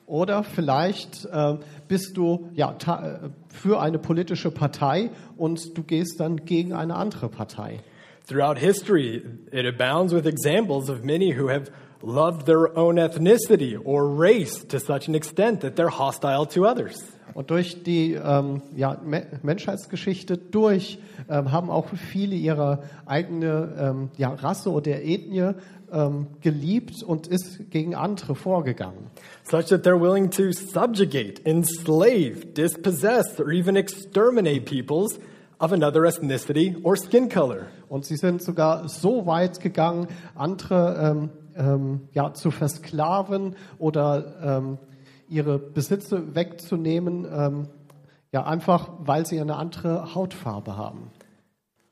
Speaker 2: Oder vielleicht ähm, bist du ja, ta- äh, für eine politische Partei und du gehst dann gegen eine andere Partei.
Speaker 3: Throughout history, it abounds with examples of many who have loved their own ethnicity or race to such an extent that they're hostile to others.
Speaker 2: Und durch die ähm, ja, Me Menschheitsgeschichte durch ähm, haben auch viele ihre eigene ähm, ja, Rasse oder Ethnie ähm, geliebt und ist gegen andere vorgegangen.
Speaker 3: such that they're willing to subjugate, enslave, dispossess, or even exterminate peoples of another ethnicity or skin color.
Speaker 2: Und sie sind sogar so weit gegangen, andere ähm, ähm, ja, zu versklaven oder ähm, ihre Besitze wegzunehmen, ähm, ja, einfach weil sie eine andere Hautfarbe haben.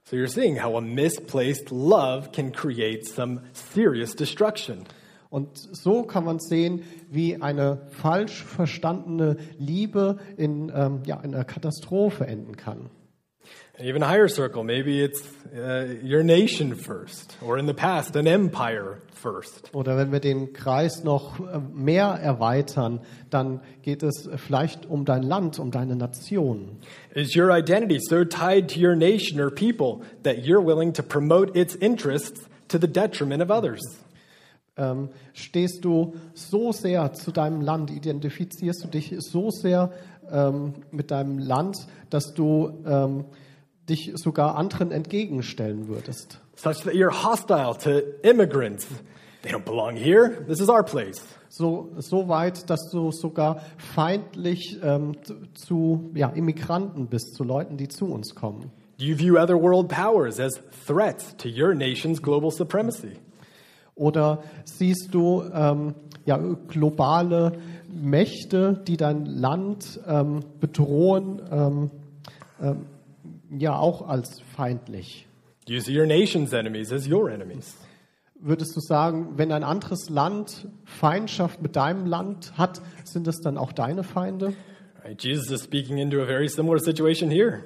Speaker 3: So you're seeing how a misplaced love can create some serious destruction.
Speaker 2: Und so kann man sehen, wie eine falsch verstandene Liebe in, ähm, ja, in einer Katastrophe enden kann.
Speaker 3: An even higher circle, maybe it's uh, your nation first, or in the past, an empire first.
Speaker 2: Oder wenn wir den Kreis noch äh, mehr erweitern, dann geht es vielleicht um dein Land, um deine Nation.
Speaker 3: Is your identity so tied to your nation or people that you're willing to promote its interests to the detriment of others?
Speaker 2: Ähm, stehst du so sehr zu deinem Land, identifizierst du dich so sehr ähm, mit deinem Land, dass du ähm, dich sogar anderen entgegenstellen würdest.
Speaker 3: such that you're hostile to immigrants. They don't belong here. This is our place.
Speaker 2: So, so weit, dass du sogar feindlich ähm, zu- zu ja, Immigranten bist, zu Leuten, die zu uns kommen.
Speaker 3: Do you view other world powers as threats to your nation's global supremacy?
Speaker 2: Oder siehst du ähm, ja, globale Mächte, die dein Land ähm, bedrohen, ähm, ähm, ja auch als feindlich?
Speaker 3: Do you see your nation's enemies as your enemies?
Speaker 2: Würdest du sagen, wenn ein anderes Land Feindschaft mit deinem Land hat, sind das dann auch deine Feinde?
Speaker 3: Right, Jesus is speaking into a very similar situation here.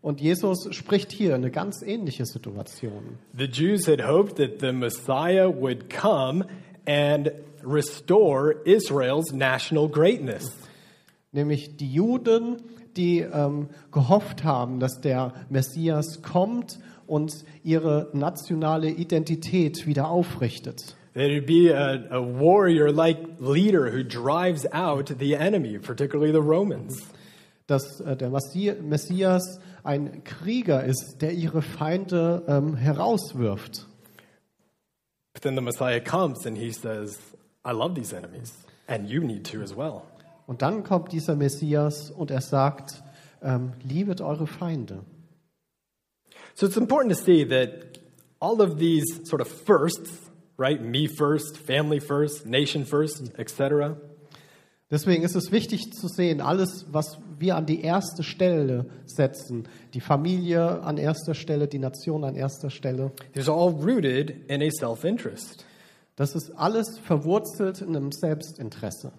Speaker 2: Und Jesus spricht hier eine ganz ähnliche Situation.
Speaker 3: The Jews had hoped that the Messiah would come and restore Israel's national greatness.
Speaker 2: nämlich die Juden, die ähm, gehofft haben, dass der Messias kommt und ihre nationale Identität wieder aufrichtet.
Speaker 3: That it would be a, a warrior like leader who drives out the enemy, particularly the Romans.
Speaker 2: Dass äh, der Massi- Messias ein Krieger ist, der ihre Feinde ähm, herauswirft.
Speaker 3: But then the Messiah comes and he says, I love these enemies, and you need to as well.
Speaker 2: Und dann kommt dieser Messias und er sagt, ähm, liebet eure Feinde.
Speaker 3: So it's important to see that all of these sort of firsts, right? Me first, family first, nation first, etc.,
Speaker 2: Deswegen ist es wichtig zu sehen, alles, was wir an die erste Stelle setzen, die Familie an erster Stelle, die Nation an erster Stelle,
Speaker 3: is all rooted in a self interest.
Speaker 2: Das ist alles verwurzelt in einem Selbstinteresse.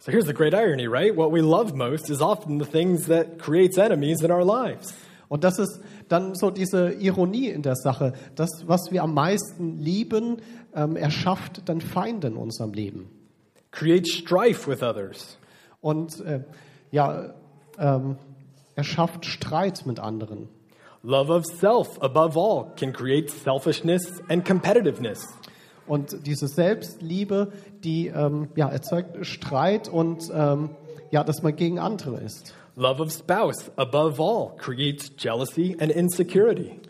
Speaker 3: So here's the great irony, right? What we love most is often the things that creates enemies in our lives.
Speaker 2: Und das ist dann so diese Ironie in der Sache. Das, was wir am meisten lieben, ähm, erschafft dann Feinde in unserem Leben.
Speaker 3: Creates strife with others.
Speaker 2: Und äh, ja, ähm, erschafft Streit mit anderen.
Speaker 3: Love of self, above all, can create selfishness and competitiveness.
Speaker 2: Und diese Selbstliebe, die ähm, ja, erzeugt Streit und ähm, ja, dass man gegen andere ist.
Speaker 3: Love of spouse, above all, creates jealousy and insecurity.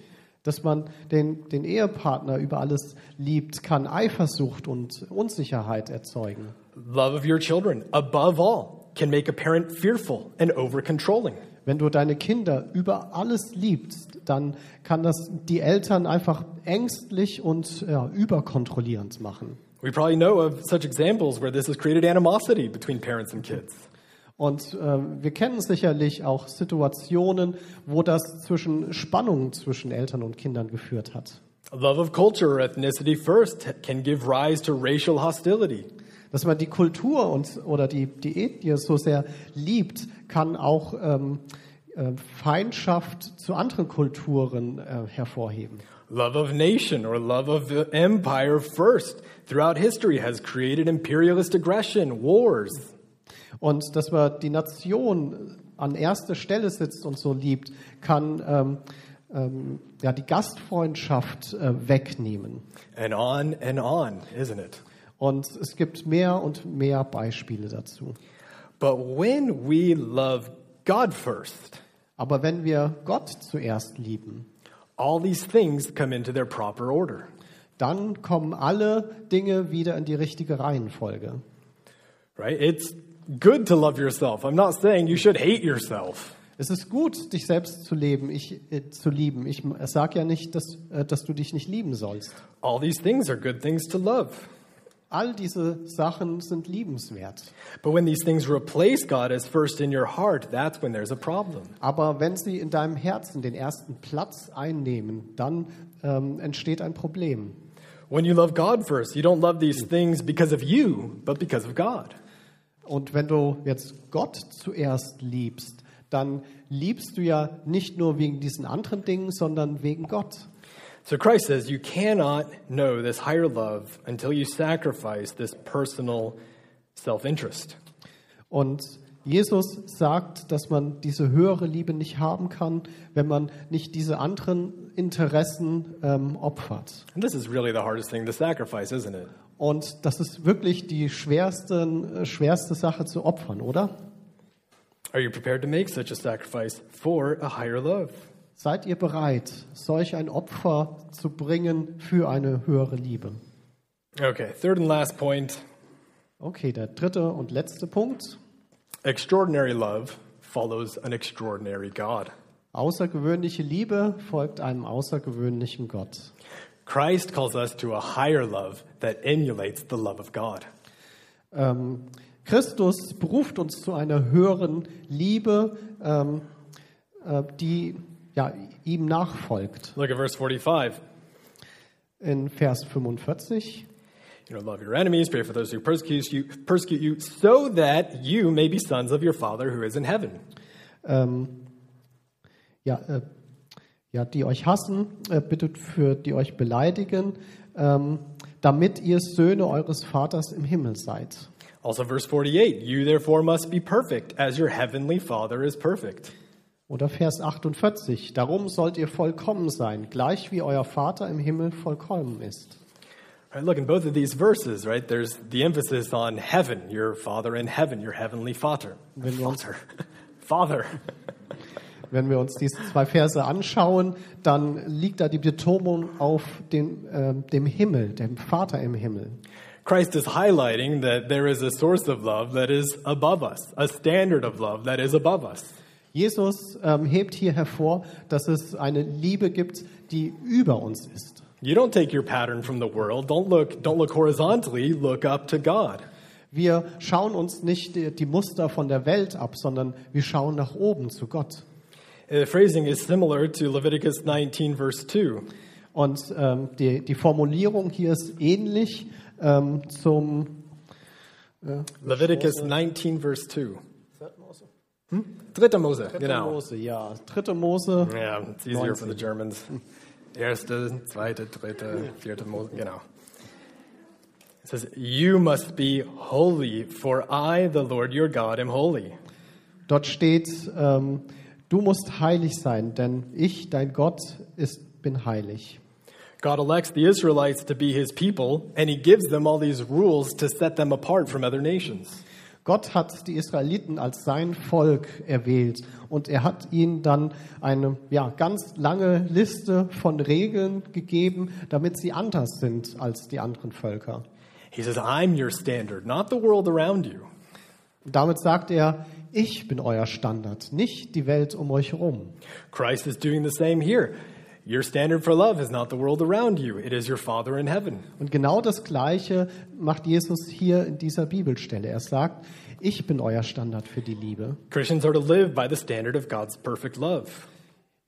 Speaker 2: Dass man den, den Ehepartner über alles liebt, kann Eifersucht und Unsicherheit erzeugen.
Speaker 3: Love of your children, above all, can make a parent fearful and over controlling.
Speaker 2: Wenn du deine Kinder über alles liebst, dann kann das die Eltern einfach ängstlich und ja, überkontrollierend machen.
Speaker 3: We probably know of such examples where this has created animosity between parents and kids.
Speaker 2: Und äh, wir kennen sicherlich auch Situationen, wo das zwischen Spannungen zwischen Eltern und Kindern geführt hat.
Speaker 3: Love of culture or ethnicity first can give rise to racial hostility.
Speaker 2: Dass man die Kultur und, oder die, die Ethnie so sehr liebt, kann auch ähm, äh, Feindschaft zu anderen Kulturen äh, hervorheben.
Speaker 3: Love of nation or love of the empire first throughout history has created imperialist aggression, wars.
Speaker 2: Und dass man die Nation an erster Stelle sitzt und so liebt, kann ähm, ähm, ja, die Gastfreundschaft äh, wegnehmen.
Speaker 3: And on and on, isn't it?
Speaker 2: Und es gibt mehr und mehr Beispiele dazu.
Speaker 3: But when we love God first,
Speaker 2: Aber wenn wir Gott zuerst lieben,
Speaker 3: all these things come into their proper order.
Speaker 2: dann kommen alle Dinge wieder in die richtige Reihenfolge.
Speaker 3: Right? It's good to love yourself. I'm not saying you should hate yourself.
Speaker 2: Es ist gut, dich selbst zu leben, ich äh, zu lieben. Ich sage ja nicht, dass, äh, dass du dich nicht lieben sollst.
Speaker 3: All these things are good things to love.
Speaker 2: All diese Sachen sind liebenswert.
Speaker 3: But when these things replace God as first in your heart, that's when there's a problem.
Speaker 2: Aber wenn sie in deinem Herzen den ersten Platz einnehmen, dann ähm, entsteht ein Problem.
Speaker 3: When you love God first, you don't love these things because of you, but because of God.
Speaker 2: Und wenn du jetzt Gott zuerst liebst, dann liebst du ja nicht nur wegen diesen anderen Dingen, sondern wegen Gott.
Speaker 3: So Christ says, You cannot know this higher love until you sacrifice this personal self interest.
Speaker 2: Und Jesus sagt, dass man diese höhere Liebe nicht haben kann, wenn man nicht diese anderen Interessen ähm, opfert.
Speaker 3: And this is really the hardest thing to sacrifice, isn't it?
Speaker 2: Und das ist wirklich die schwerste, schwerste Sache zu opfern, oder?
Speaker 3: Are you prepared to make such a sacrifice for a higher love?
Speaker 2: Seid ihr bereit, solch ein Opfer zu bringen für eine höhere Liebe?
Speaker 3: Okay, third and last point
Speaker 2: Okay, der dritte und letzte Punkt.
Speaker 3: extraordinary love follows an extraordinary God.
Speaker 2: Außergewöhnliche Liebe folgt einem außergewöhnlichen Gott.
Speaker 3: Christ calls us to a higher love that emulates the love of God.
Speaker 2: Ähm, Christus beruft uns zu einer höheren Liebe, ähm, äh, die ja, ihm nachfolgt.
Speaker 3: Look at verse 45.
Speaker 2: In Vers 45.
Speaker 3: You know, love your enemies, pray for those who persecute you, persecute you, so that you may be sons of your Father who is in heaven.
Speaker 2: ähm, ja, äh, ja, die euch hassen, äh, bittet für die euch beleidigen, ähm, damit ihr Söhne eures Vaters im Himmel seid.
Speaker 3: Also, verse 48 You therefore must be perfect, as your heavenly Father is perfect.
Speaker 2: Oder Vers 48, darum sollt ihr vollkommen sein, gleich wie euer Vater im Himmel vollkommen ist.
Speaker 3: All right, look, in both of these verses, right, there's the emphasis on heaven, your Father in heaven, your heavenly Father.
Speaker 2: Wenn wir uns,
Speaker 3: Father.
Speaker 2: wenn wir uns diese zwei Verse anschauen, dann liegt da die Betonung auf den, ähm, dem Himmel, dem Vater im Himmel.
Speaker 3: Christ is highlighting that there is a source of love that is above us, a standard of love that is above us.
Speaker 2: Jesus ähm, hebt hier hervor, dass es eine Liebe gibt, die über uns ist.
Speaker 3: You don't take your pattern from the world. Don't look, don't look horizontally, look up to God.
Speaker 2: Wir schauen uns nicht die, die Muster von der Welt ab, sondern wir schauen nach oben zu Gott.
Speaker 3: The phrasing is similar to Leviticus 19, verse 2.
Speaker 2: Und ähm, die, die Formulierung hier ist ähnlich ähm, zum
Speaker 3: Leviticus 19, verse 2. Dritte Mose. genau.
Speaker 2: Mose, ja, dritte Mose.
Speaker 3: Yeah, it's easier for the Germans. Erste, zweite, dritte, vierte Mose, genau. It says, You must be holy, for I, the Lord your God, am holy.
Speaker 2: Dort steht, ähm, du musst heilig sein, denn ich, dein Gott, ist, bin heilig.
Speaker 3: God elects the Israelites to be his people, and he gives them all these rules to set them apart from other nations.
Speaker 2: Gott hat die Israeliten als sein Volk erwählt und er hat ihnen dann eine ja, ganz lange Liste von Regeln gegeben, damit sie anders sind als die anderen Völker.
Speaker 3: He says, I'm your standard, not the world around you.
Speaker 2: Und damit sagt er, ich bin euer Standard, nicht die Welt um euch herum.
Speaker 3: Christ is doing the same here. Your standard for love is not the world around you, it is your Father in heaven.
Speaker 2: Und genau das Gleiche macht Jesus hier in dieser Bibelstelle. Er sagt, ich bin euer Standard für die Liebe.
Speaker 3: Christians are to live by the standard of God's perfect love.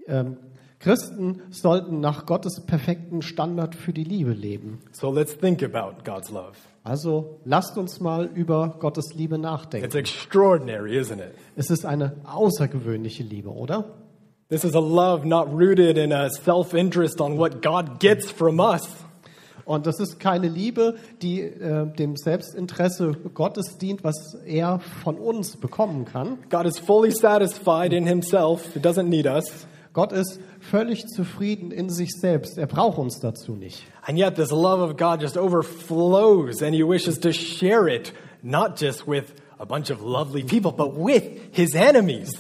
Speaker 2: Ähm, Christen sollten nach Gottes perfekten Standard für die Liebe leben.
Speaker 3: So let's think about God's love.
Speaker 2: Also lasst uns mal über Gottes Liebe nachdenken.
Speaker 3: It's extraordinary, isn't it?
Speaker 2: Es ist eine außergewöhnliche Liebe, oder?
Speaker 3: This is a love not rooted in a self interest on what God gets from us.
Speaker 2: Und das ist keine Liebe, die äh, dem Selbstinteresse Gottes dient, was er von uns bekommen kann.
Speaker 3: God is fully satisfied in Himself, He doesn't need us.
Speaker 2: Gott ist völlig zufrieden in sich selbst. Er braucht uns dazu nicht.
Speaker 3: And yet, this love of God just overflows, and he wishes to share it, not just with a bunch of lovely people, but with his enemies.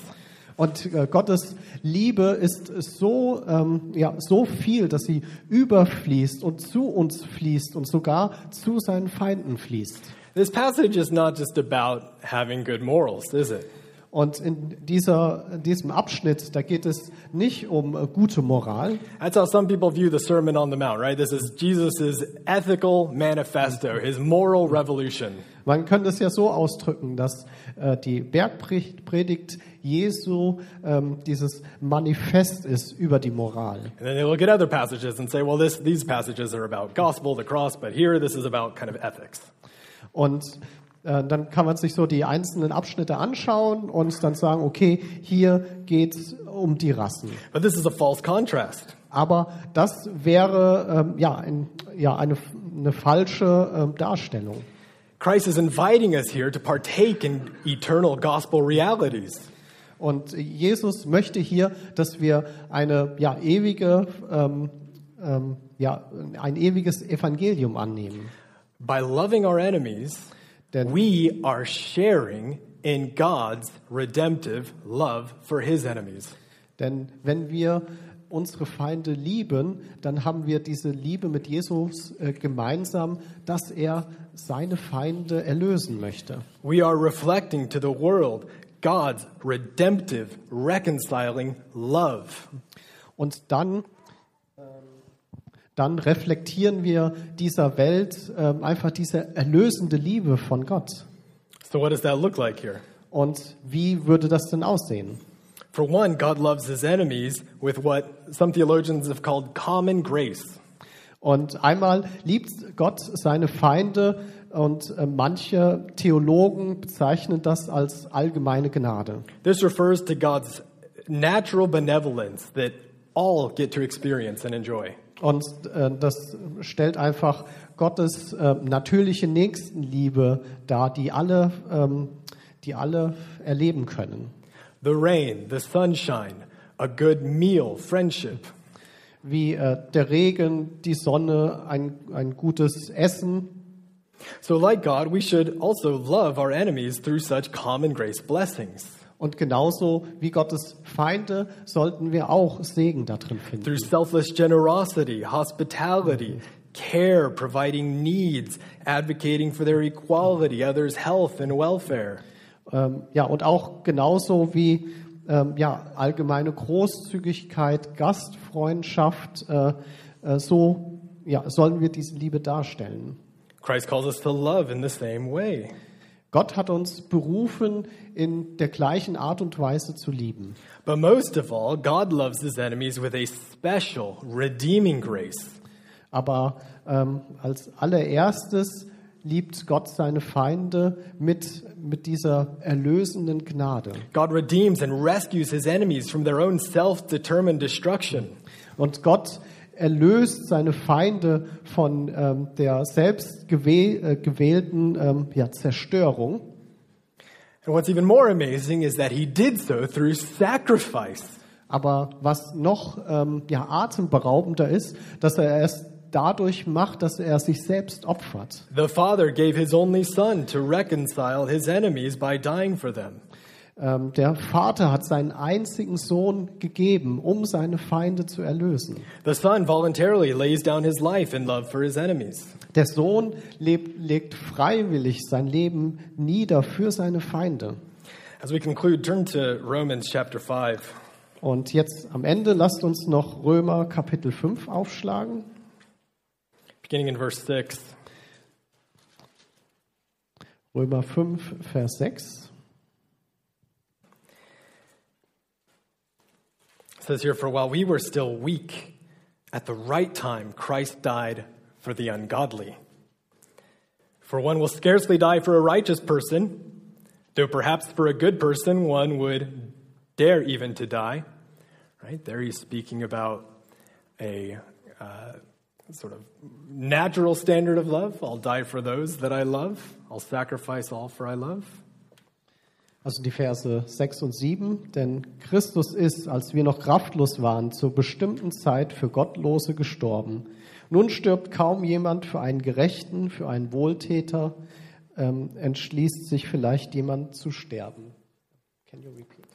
Speaker 2: Und äh, Gottes Liebe ist so, ähm, ja, so viel, dass sie überfließt und zu uns fließt und sogar zu seinen Feinden fließt.
Speaker 3: This passage is not just about having good morals, is it?
Speaker 2: Und in, dieser, in diesem Abschnitt, da geht es nicht um äh, gute Moral.
Speaker 3: That's how some people view the Sermon on the Mount, right? This is Jesus' ethical manifesto, his moral revolution.
Speaker 2: Man könnte es ja so ausdrücken, dass äh, die Bergpredigt Jesu ähm, dieses Manifest ist über die Moral.
Speaker 3: And then they look at other passages and say, well, this, these passages are about gospel, the cross, but here this is about kind of ethics.
Speaker 2: Und äh, dann kann man sich so die einzelnen Abschnitte anschauen und dann sagen, okay, hier geht es um die Rassen.
Speaker 3: But this is a false contrast.
Speaker 2: Aber das wäre ähm, ja, ein, ja eine, eine falsche ähm, Darstellung.
Speaker 3: Christ is inviting us here to partake in eternal gospel realities.
Speaker 2: Und Jesus möchte hier, dass wir eine ja, ewige, ähm, ähm, ja, ein ewiges Evangelium annehmen.
Speaker 3: By loving our enemies,
Speaker 2: Then-
Speaker 3: we are sharing in God's redemptive love for his enemies.
Speaker 2: Denn wenn wir unsere Feinde lieben, dann haben wir diese Liebe mit Jesus äh, gemeinsam, dass er seine Feinde erlösen möchte.
Speaker 3: We are reflecting to the world God's redemptive, reconciling love.
Speaker 2: Und dann, ähm, dann reflektieren wir dieser Welt ähm, einfach diese erlösende Liebe von Gott.
Speaker 3: So, what does that look like here?
Speaker 2: Und wie würde das denn aussehen?
Speaker 3: For one, God loves his enemies with what some theologians have called common grace.
Speaker 2: Und einmal liebt Gott seine Feinde und äh, manche Theologen bezeichnen das als allgemeine Gnade.
Speaker 3: This refers to God's natural benevolence that all get to experience and enjoy.
Speaker 2: Und äh, das stellt einfach Gottes äh, natürliche Nächstenliebe dar, die alle, ähm, die alle erleben können.
Speaker 3: The rain, the sunshine, a good meal, friendship.
Speaker 2: Wie äh, der Regen, die Sonne, ein, ein gutes Essen.
Speaker 3: So, like God, we should also love our enemies through such common grace blessings,
Speaker 2: Und genauso wie Gottes Feinde sollten wir auch Segen da drin finden.
Speaker 3: through selfless generosity, hospitality, care, providing needs, advocating for their equality, others' health and welfare.
Speaker 2: Ähm, ja, und auch genauso wie ähm, ja, allgemeine Großzügigkeit, Gastfreundschaft, äh, äh, so ja, sollen wir diese Liebe darstellen.
Speaker 3: Christ calls us to love in the same way.
Speaker 2: Gott hat uns berufen, in der gleichen Art und Weise zu lieben.
Speaker 3: But most of all, God loves his enemies with a special redeeming grace.
Speaker 2: Aber ähm, als allererstes liebt Gott seine Feinde mit, mit dieser erlösenden Gnade.
Speaker 3: God redeems and rescues his enemies from their own self determined destruction.
Speaker 2: Und Gott erlöst seine Feinde von ähm, der selbst gewäh äh, gewählten ähm, ja, Zerstörung.
Speaker 3: And what's even more amazing is that he did so through sacrifice.
Speaker 2: Aber was noch ähm, ja, atemberaubender ist, dass er es dadurch macht, dass er sich selbst opfert.
Speaker 3: The Father gave his only Son to reconcile his enemies by dying for them.
Speaker 2: Ähm, der Vater hat seinen einzigen Sohn gegeben, um seine Feinde zu erlösen.
Speaker 3: The Son voluntarily lays down his life in love for his enemies.
Speaker 2: Der Sohn lebt, legt freiwillig sein Leben nieder für seine Feinde.
Speaker 3: As we conclude, turn to Romans chapter 5.
Speaker 2: Und jetzt am Ende lasst uns noch Römer Kapitel 5 aufschlagen.
Speaker 3: beginning in verse 6.
Speaker 2: Römer 5, Vers 6.
Speaker 3: It says here, For while we were still weak, at the right time Christ died for the ungodly. For one will scarcely die for a righteous person, though perhaps for a good person one would dare even to die. Right? There he's speaking about a uh, sort of natural standard of love. I'll die for those that I love, I'll sacrifice all for I love.
Speaker 2: Also die Verse 6 und 7. Denn Christus ist, als wir noch kraftlos waren, zur bestimmten Zeit für Gottlose gestorben. Nun stirbt kaum jemand für einen Gerechten, für einen Wohltäter. Ähm, entschließt sich vielleicht jemand zu sterben. Can you repeat?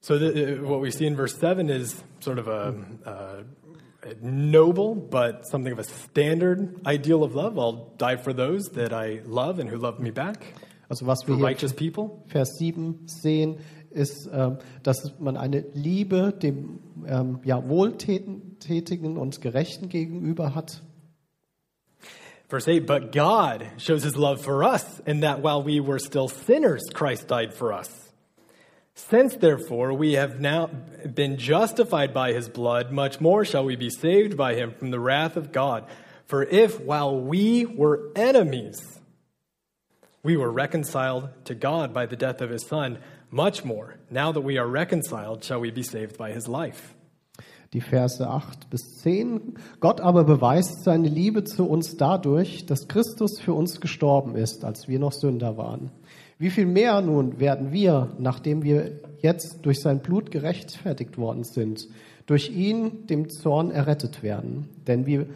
Speaker 3: So, the, what we see in verse 7 is sort of a, a, a noble, but something of a standard ideal of love. I'll die for those that I love and who love me back,
Speaker 2: Also was
Speaker 3: for
Speaker 2: wir hier
Speaker 3: righteous people.
Speaker 2: Vers 7 sehen, ist, ähm, dass man eine Liebe dem ähm, ja, Wohltätigen und Gerechten gegenüber hat.
Speaker 3: Verse 8 But God shows his love for us, in that while we were still sinners, Christ died for us. Since, therefore, we have now been justified by his blood, much more shall we be saved by him from the wrath of God. For if, while we were enemies, we were reconciled to God by the death of his son, much more, now that we are reconciled, shall we be saved by his life.
Speaker 2: Die Verse 8 bis 10. Gott aber beweist seine Liebe zu uns dadurch, dass Christus für uns gestorben ist, als wir noch Sünder waren. Wie viel mehr nun werden wir, nachdem wir jetzt durch sein Blut gerechtfertigt worden sind, durch ihn dem Zorn errettet werden? Denn wir,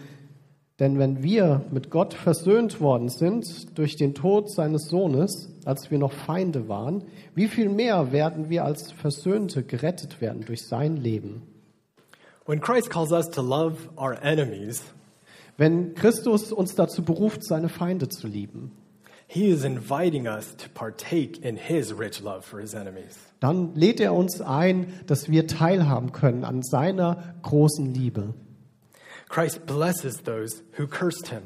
Speaker 2: denn wenn wir mit Gott versöhnt worden sind durch den Tod seines Sohnes, als wir noch Feinde waren, wie viel mehr werden wir als Versöhnte gerettet werden durch sein Leben?
Speaker 3: When Christ calls us to love our enemies,
Speaker 2: Wenn Christus uns dazu beruft, seine Feinde zu lieben,
Speaker 3: He is inviting us to partake in his rich love for his enemies.
Speaker 2: dann lädt er uns ein, dass wir teilhaben können an seiner großen Liebe.
Speaker 3: Christ blesses those who cursed him.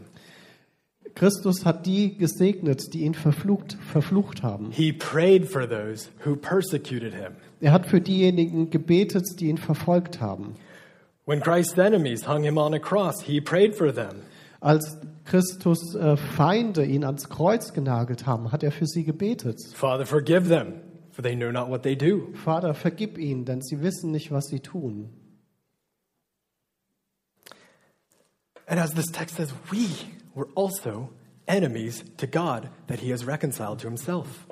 Speaker 2: Christus hat die gesegnet, die ihn verflucht, verflucht haben.
Speaker 3: He prayed for those who persecuted him.
Speaker 2: Er hat für diejenigen gebetet, die ihn verfolgt haben.
Speaker 3: When Christ's enemies hung him on a cross, he prayed for them.
Speaker 2: Als Christus äh, Feinde ihn ans Kreuz genagelt haben, hat er für sie gebetet.
Speaker 3: Father, forgive them, for they know not what they do.
Speaker 2: Vater, vergib ihnen, denn sie wissen nicht, was sie tun.
Speaker 3: And as this text says, we were also enemies to God that he has reconciled to himself.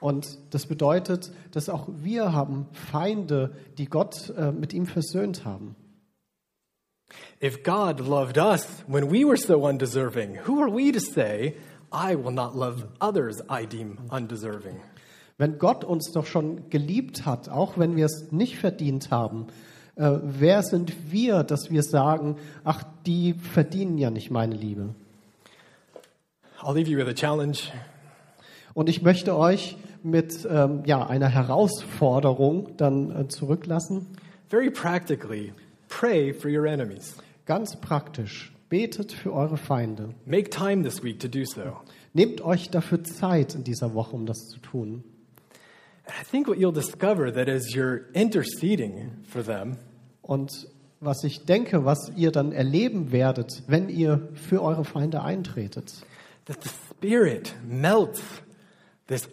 Speaker 2: Und das bedeutet, dass auch wir haben Feinde, die Gott äh, mit ihm versöhnt haben.
Speaker 3: If God loved us when we were so undeserving, who are we to say, I will not love others I deem undeserving?
Speaker 2: Wenn Gott uns doch schon geliebt hat, auch wenn wir es nicht verdient haben, äh, wer sind wir, dass wir sagen, ach, die verdienen ja nicht meine Liebe?
Speaker 3: I'll leave you with a challenge.
Speaker 2: Und ich möchte euch mit ähm, ja, einer Herausforderung dann äh, zurücklassen.
Speaker 3: Very practically, pray for your enemies.
Speaker 2: Ganz praktisch, betet für eure Feinde.
Speaker 3: Make time this week to do so.
Speaker 2: Nehmt euch dafür Zeit in dieser Woche, um das zu tun.
Speaker 3: And I think what you'll discover that as you're interceding for them,
Speaker 2: Und was ich denke, was ihr dann erleben werdet, wenn ihr für eure Feinde eintretet,
Speaker 3: that the Spirit melts this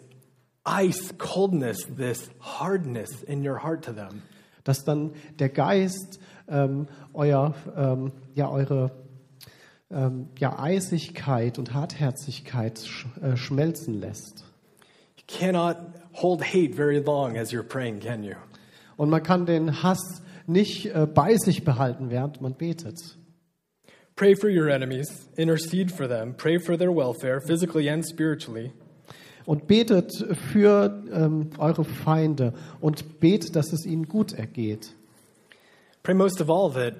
Speaker 3: ice coldness, this hardness in your heart to them.
Speaker 2: dass dann der Geist ähm, euer, ähm, ja, eure ähm, ja, Eisigkeit und Hartherzigkeit sch äh, schmelzen lässt.
Speaker 3: You cannot hold hate very long as you're praying, can you?
Speaker 2: Und man kann den Hass nicht äh, bei sich behalten, während man betet.
Speaker 3: Pray for your enemies, intercede for them, pray for their welfare, physically and spiritually.
Speaker 2: Und betet für ähm, eure Feinde und betet, dass es ihnen gut ergeht.
Speaker 3: Pray most of all that,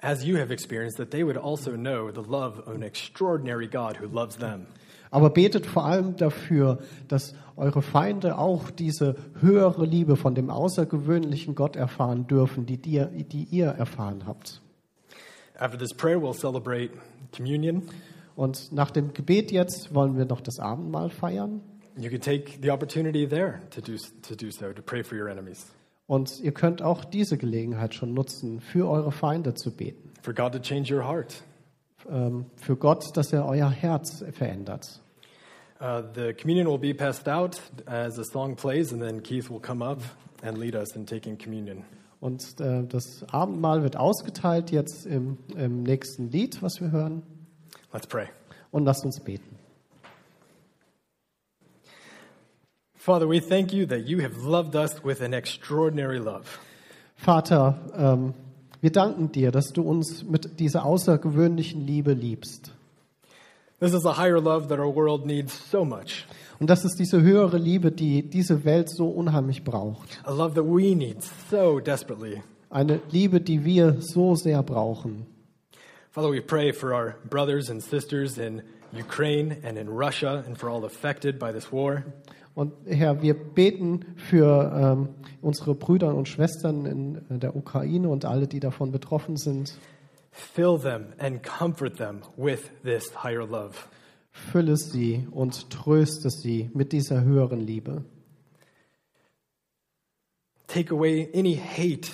Speaker 3: as you have experienced, that they would also know the love of an extraordinary God who loves them.
Speaker 2: Aber betet vor allem dafür, dass eure Feinde auch diese höhere Liebe von dem außergewöhnlichen Gott erfahren dürfen, die, dir, die ihr erfahren habt.
Speaker 3: After this prayer, we'll celebrate communion.
Speaker 2: Und nach dem Gebet jetzt wollen wir noch das Abendmahl feiern.
Speaker 3: You can take the opportunity there to do, to do so, to pray for your enemies,
Speaker 2: Und ihr könnt auch diese Gelegenheit schon nutzen, für eure Feinde zu beten.
Speaker 3: for God to change your heart.
Speaker 2: Ähm, Für Gott, dass er euer Herz verändert.
Speaker 3: Uh, the communion will be passed out as the song plays, and then Keith will come up and lead us in taking communion.
Speaker 2: Und äh, das Abendmahl wird ausgeteilt jetzt im, im nächsten Lied, was wir hören.
Speaker 3: Let's pray.
Speaker 2: Und lasst uns beten.
Speaker 3: Father, we thank you that you have loved us with an extraordinary love.
Speaker 2: Vater, ähm, wir danken dir, dass du uns mit dieser außergewöhnlichen Liebe liebst.
Speaker 3: This is a higher love that our world needs so much,
Speaker 2: Und das ist diese höhere Liebe, die diese Welt so unheimlich braucht.
Speaker 3: a love that we need so desperately.
Speaker 2: Eine Liebe, die wir so sehr brauchen.
Speaker 3: Father, we pray for our brothers and sisters in Ukraine and in Russia and for all affected by this war.
Speaker 2: Und Herr, wir beten für ähm, unsere Brüder und Schwestern in äh, der Ukraine und alle, die davon betroffen sind.
Speaker 3: Fill them and comfort them with this higher love.
Speaker 2: Fülle sie und tröste sie mit dieser höheren Liebe.
Speaker 3: Take away any hate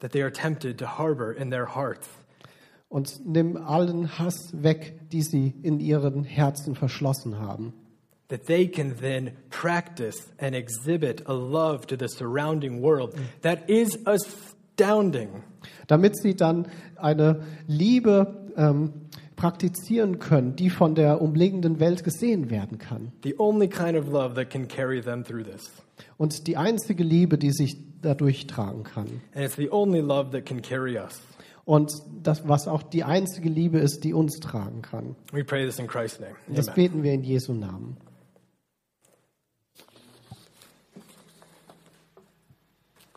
Speaker 3: that they are tempted to harbor in their hearts.
Speaker 2: Und nimm allen Hass weg, die sie in ihren Herzen verschlossen haben.
Speaker 3: that they can then practice and exhibit a love to the surrounding world that is astounding.
Speaker 2: damit sie dann eine Liebe ähm, praktizieren können, die von der umliegenden Welt gesehen werden kann.
Speaker 3: The only kind of love that can carry them through this.
Speaker 2: Und die einzige Liebe, die sich dadurch tragen kann.
Speaker 3: And it's the only love that can carry us.
Speaker 2: Und das, was auch die einzige Liebe ist, die uns tragen kann.
Speaker 3: We pray this in Christ's name.
Speaker 2: Das
Speaker 3: Amen.
Speaker 2: beten wir in Jesu Namen.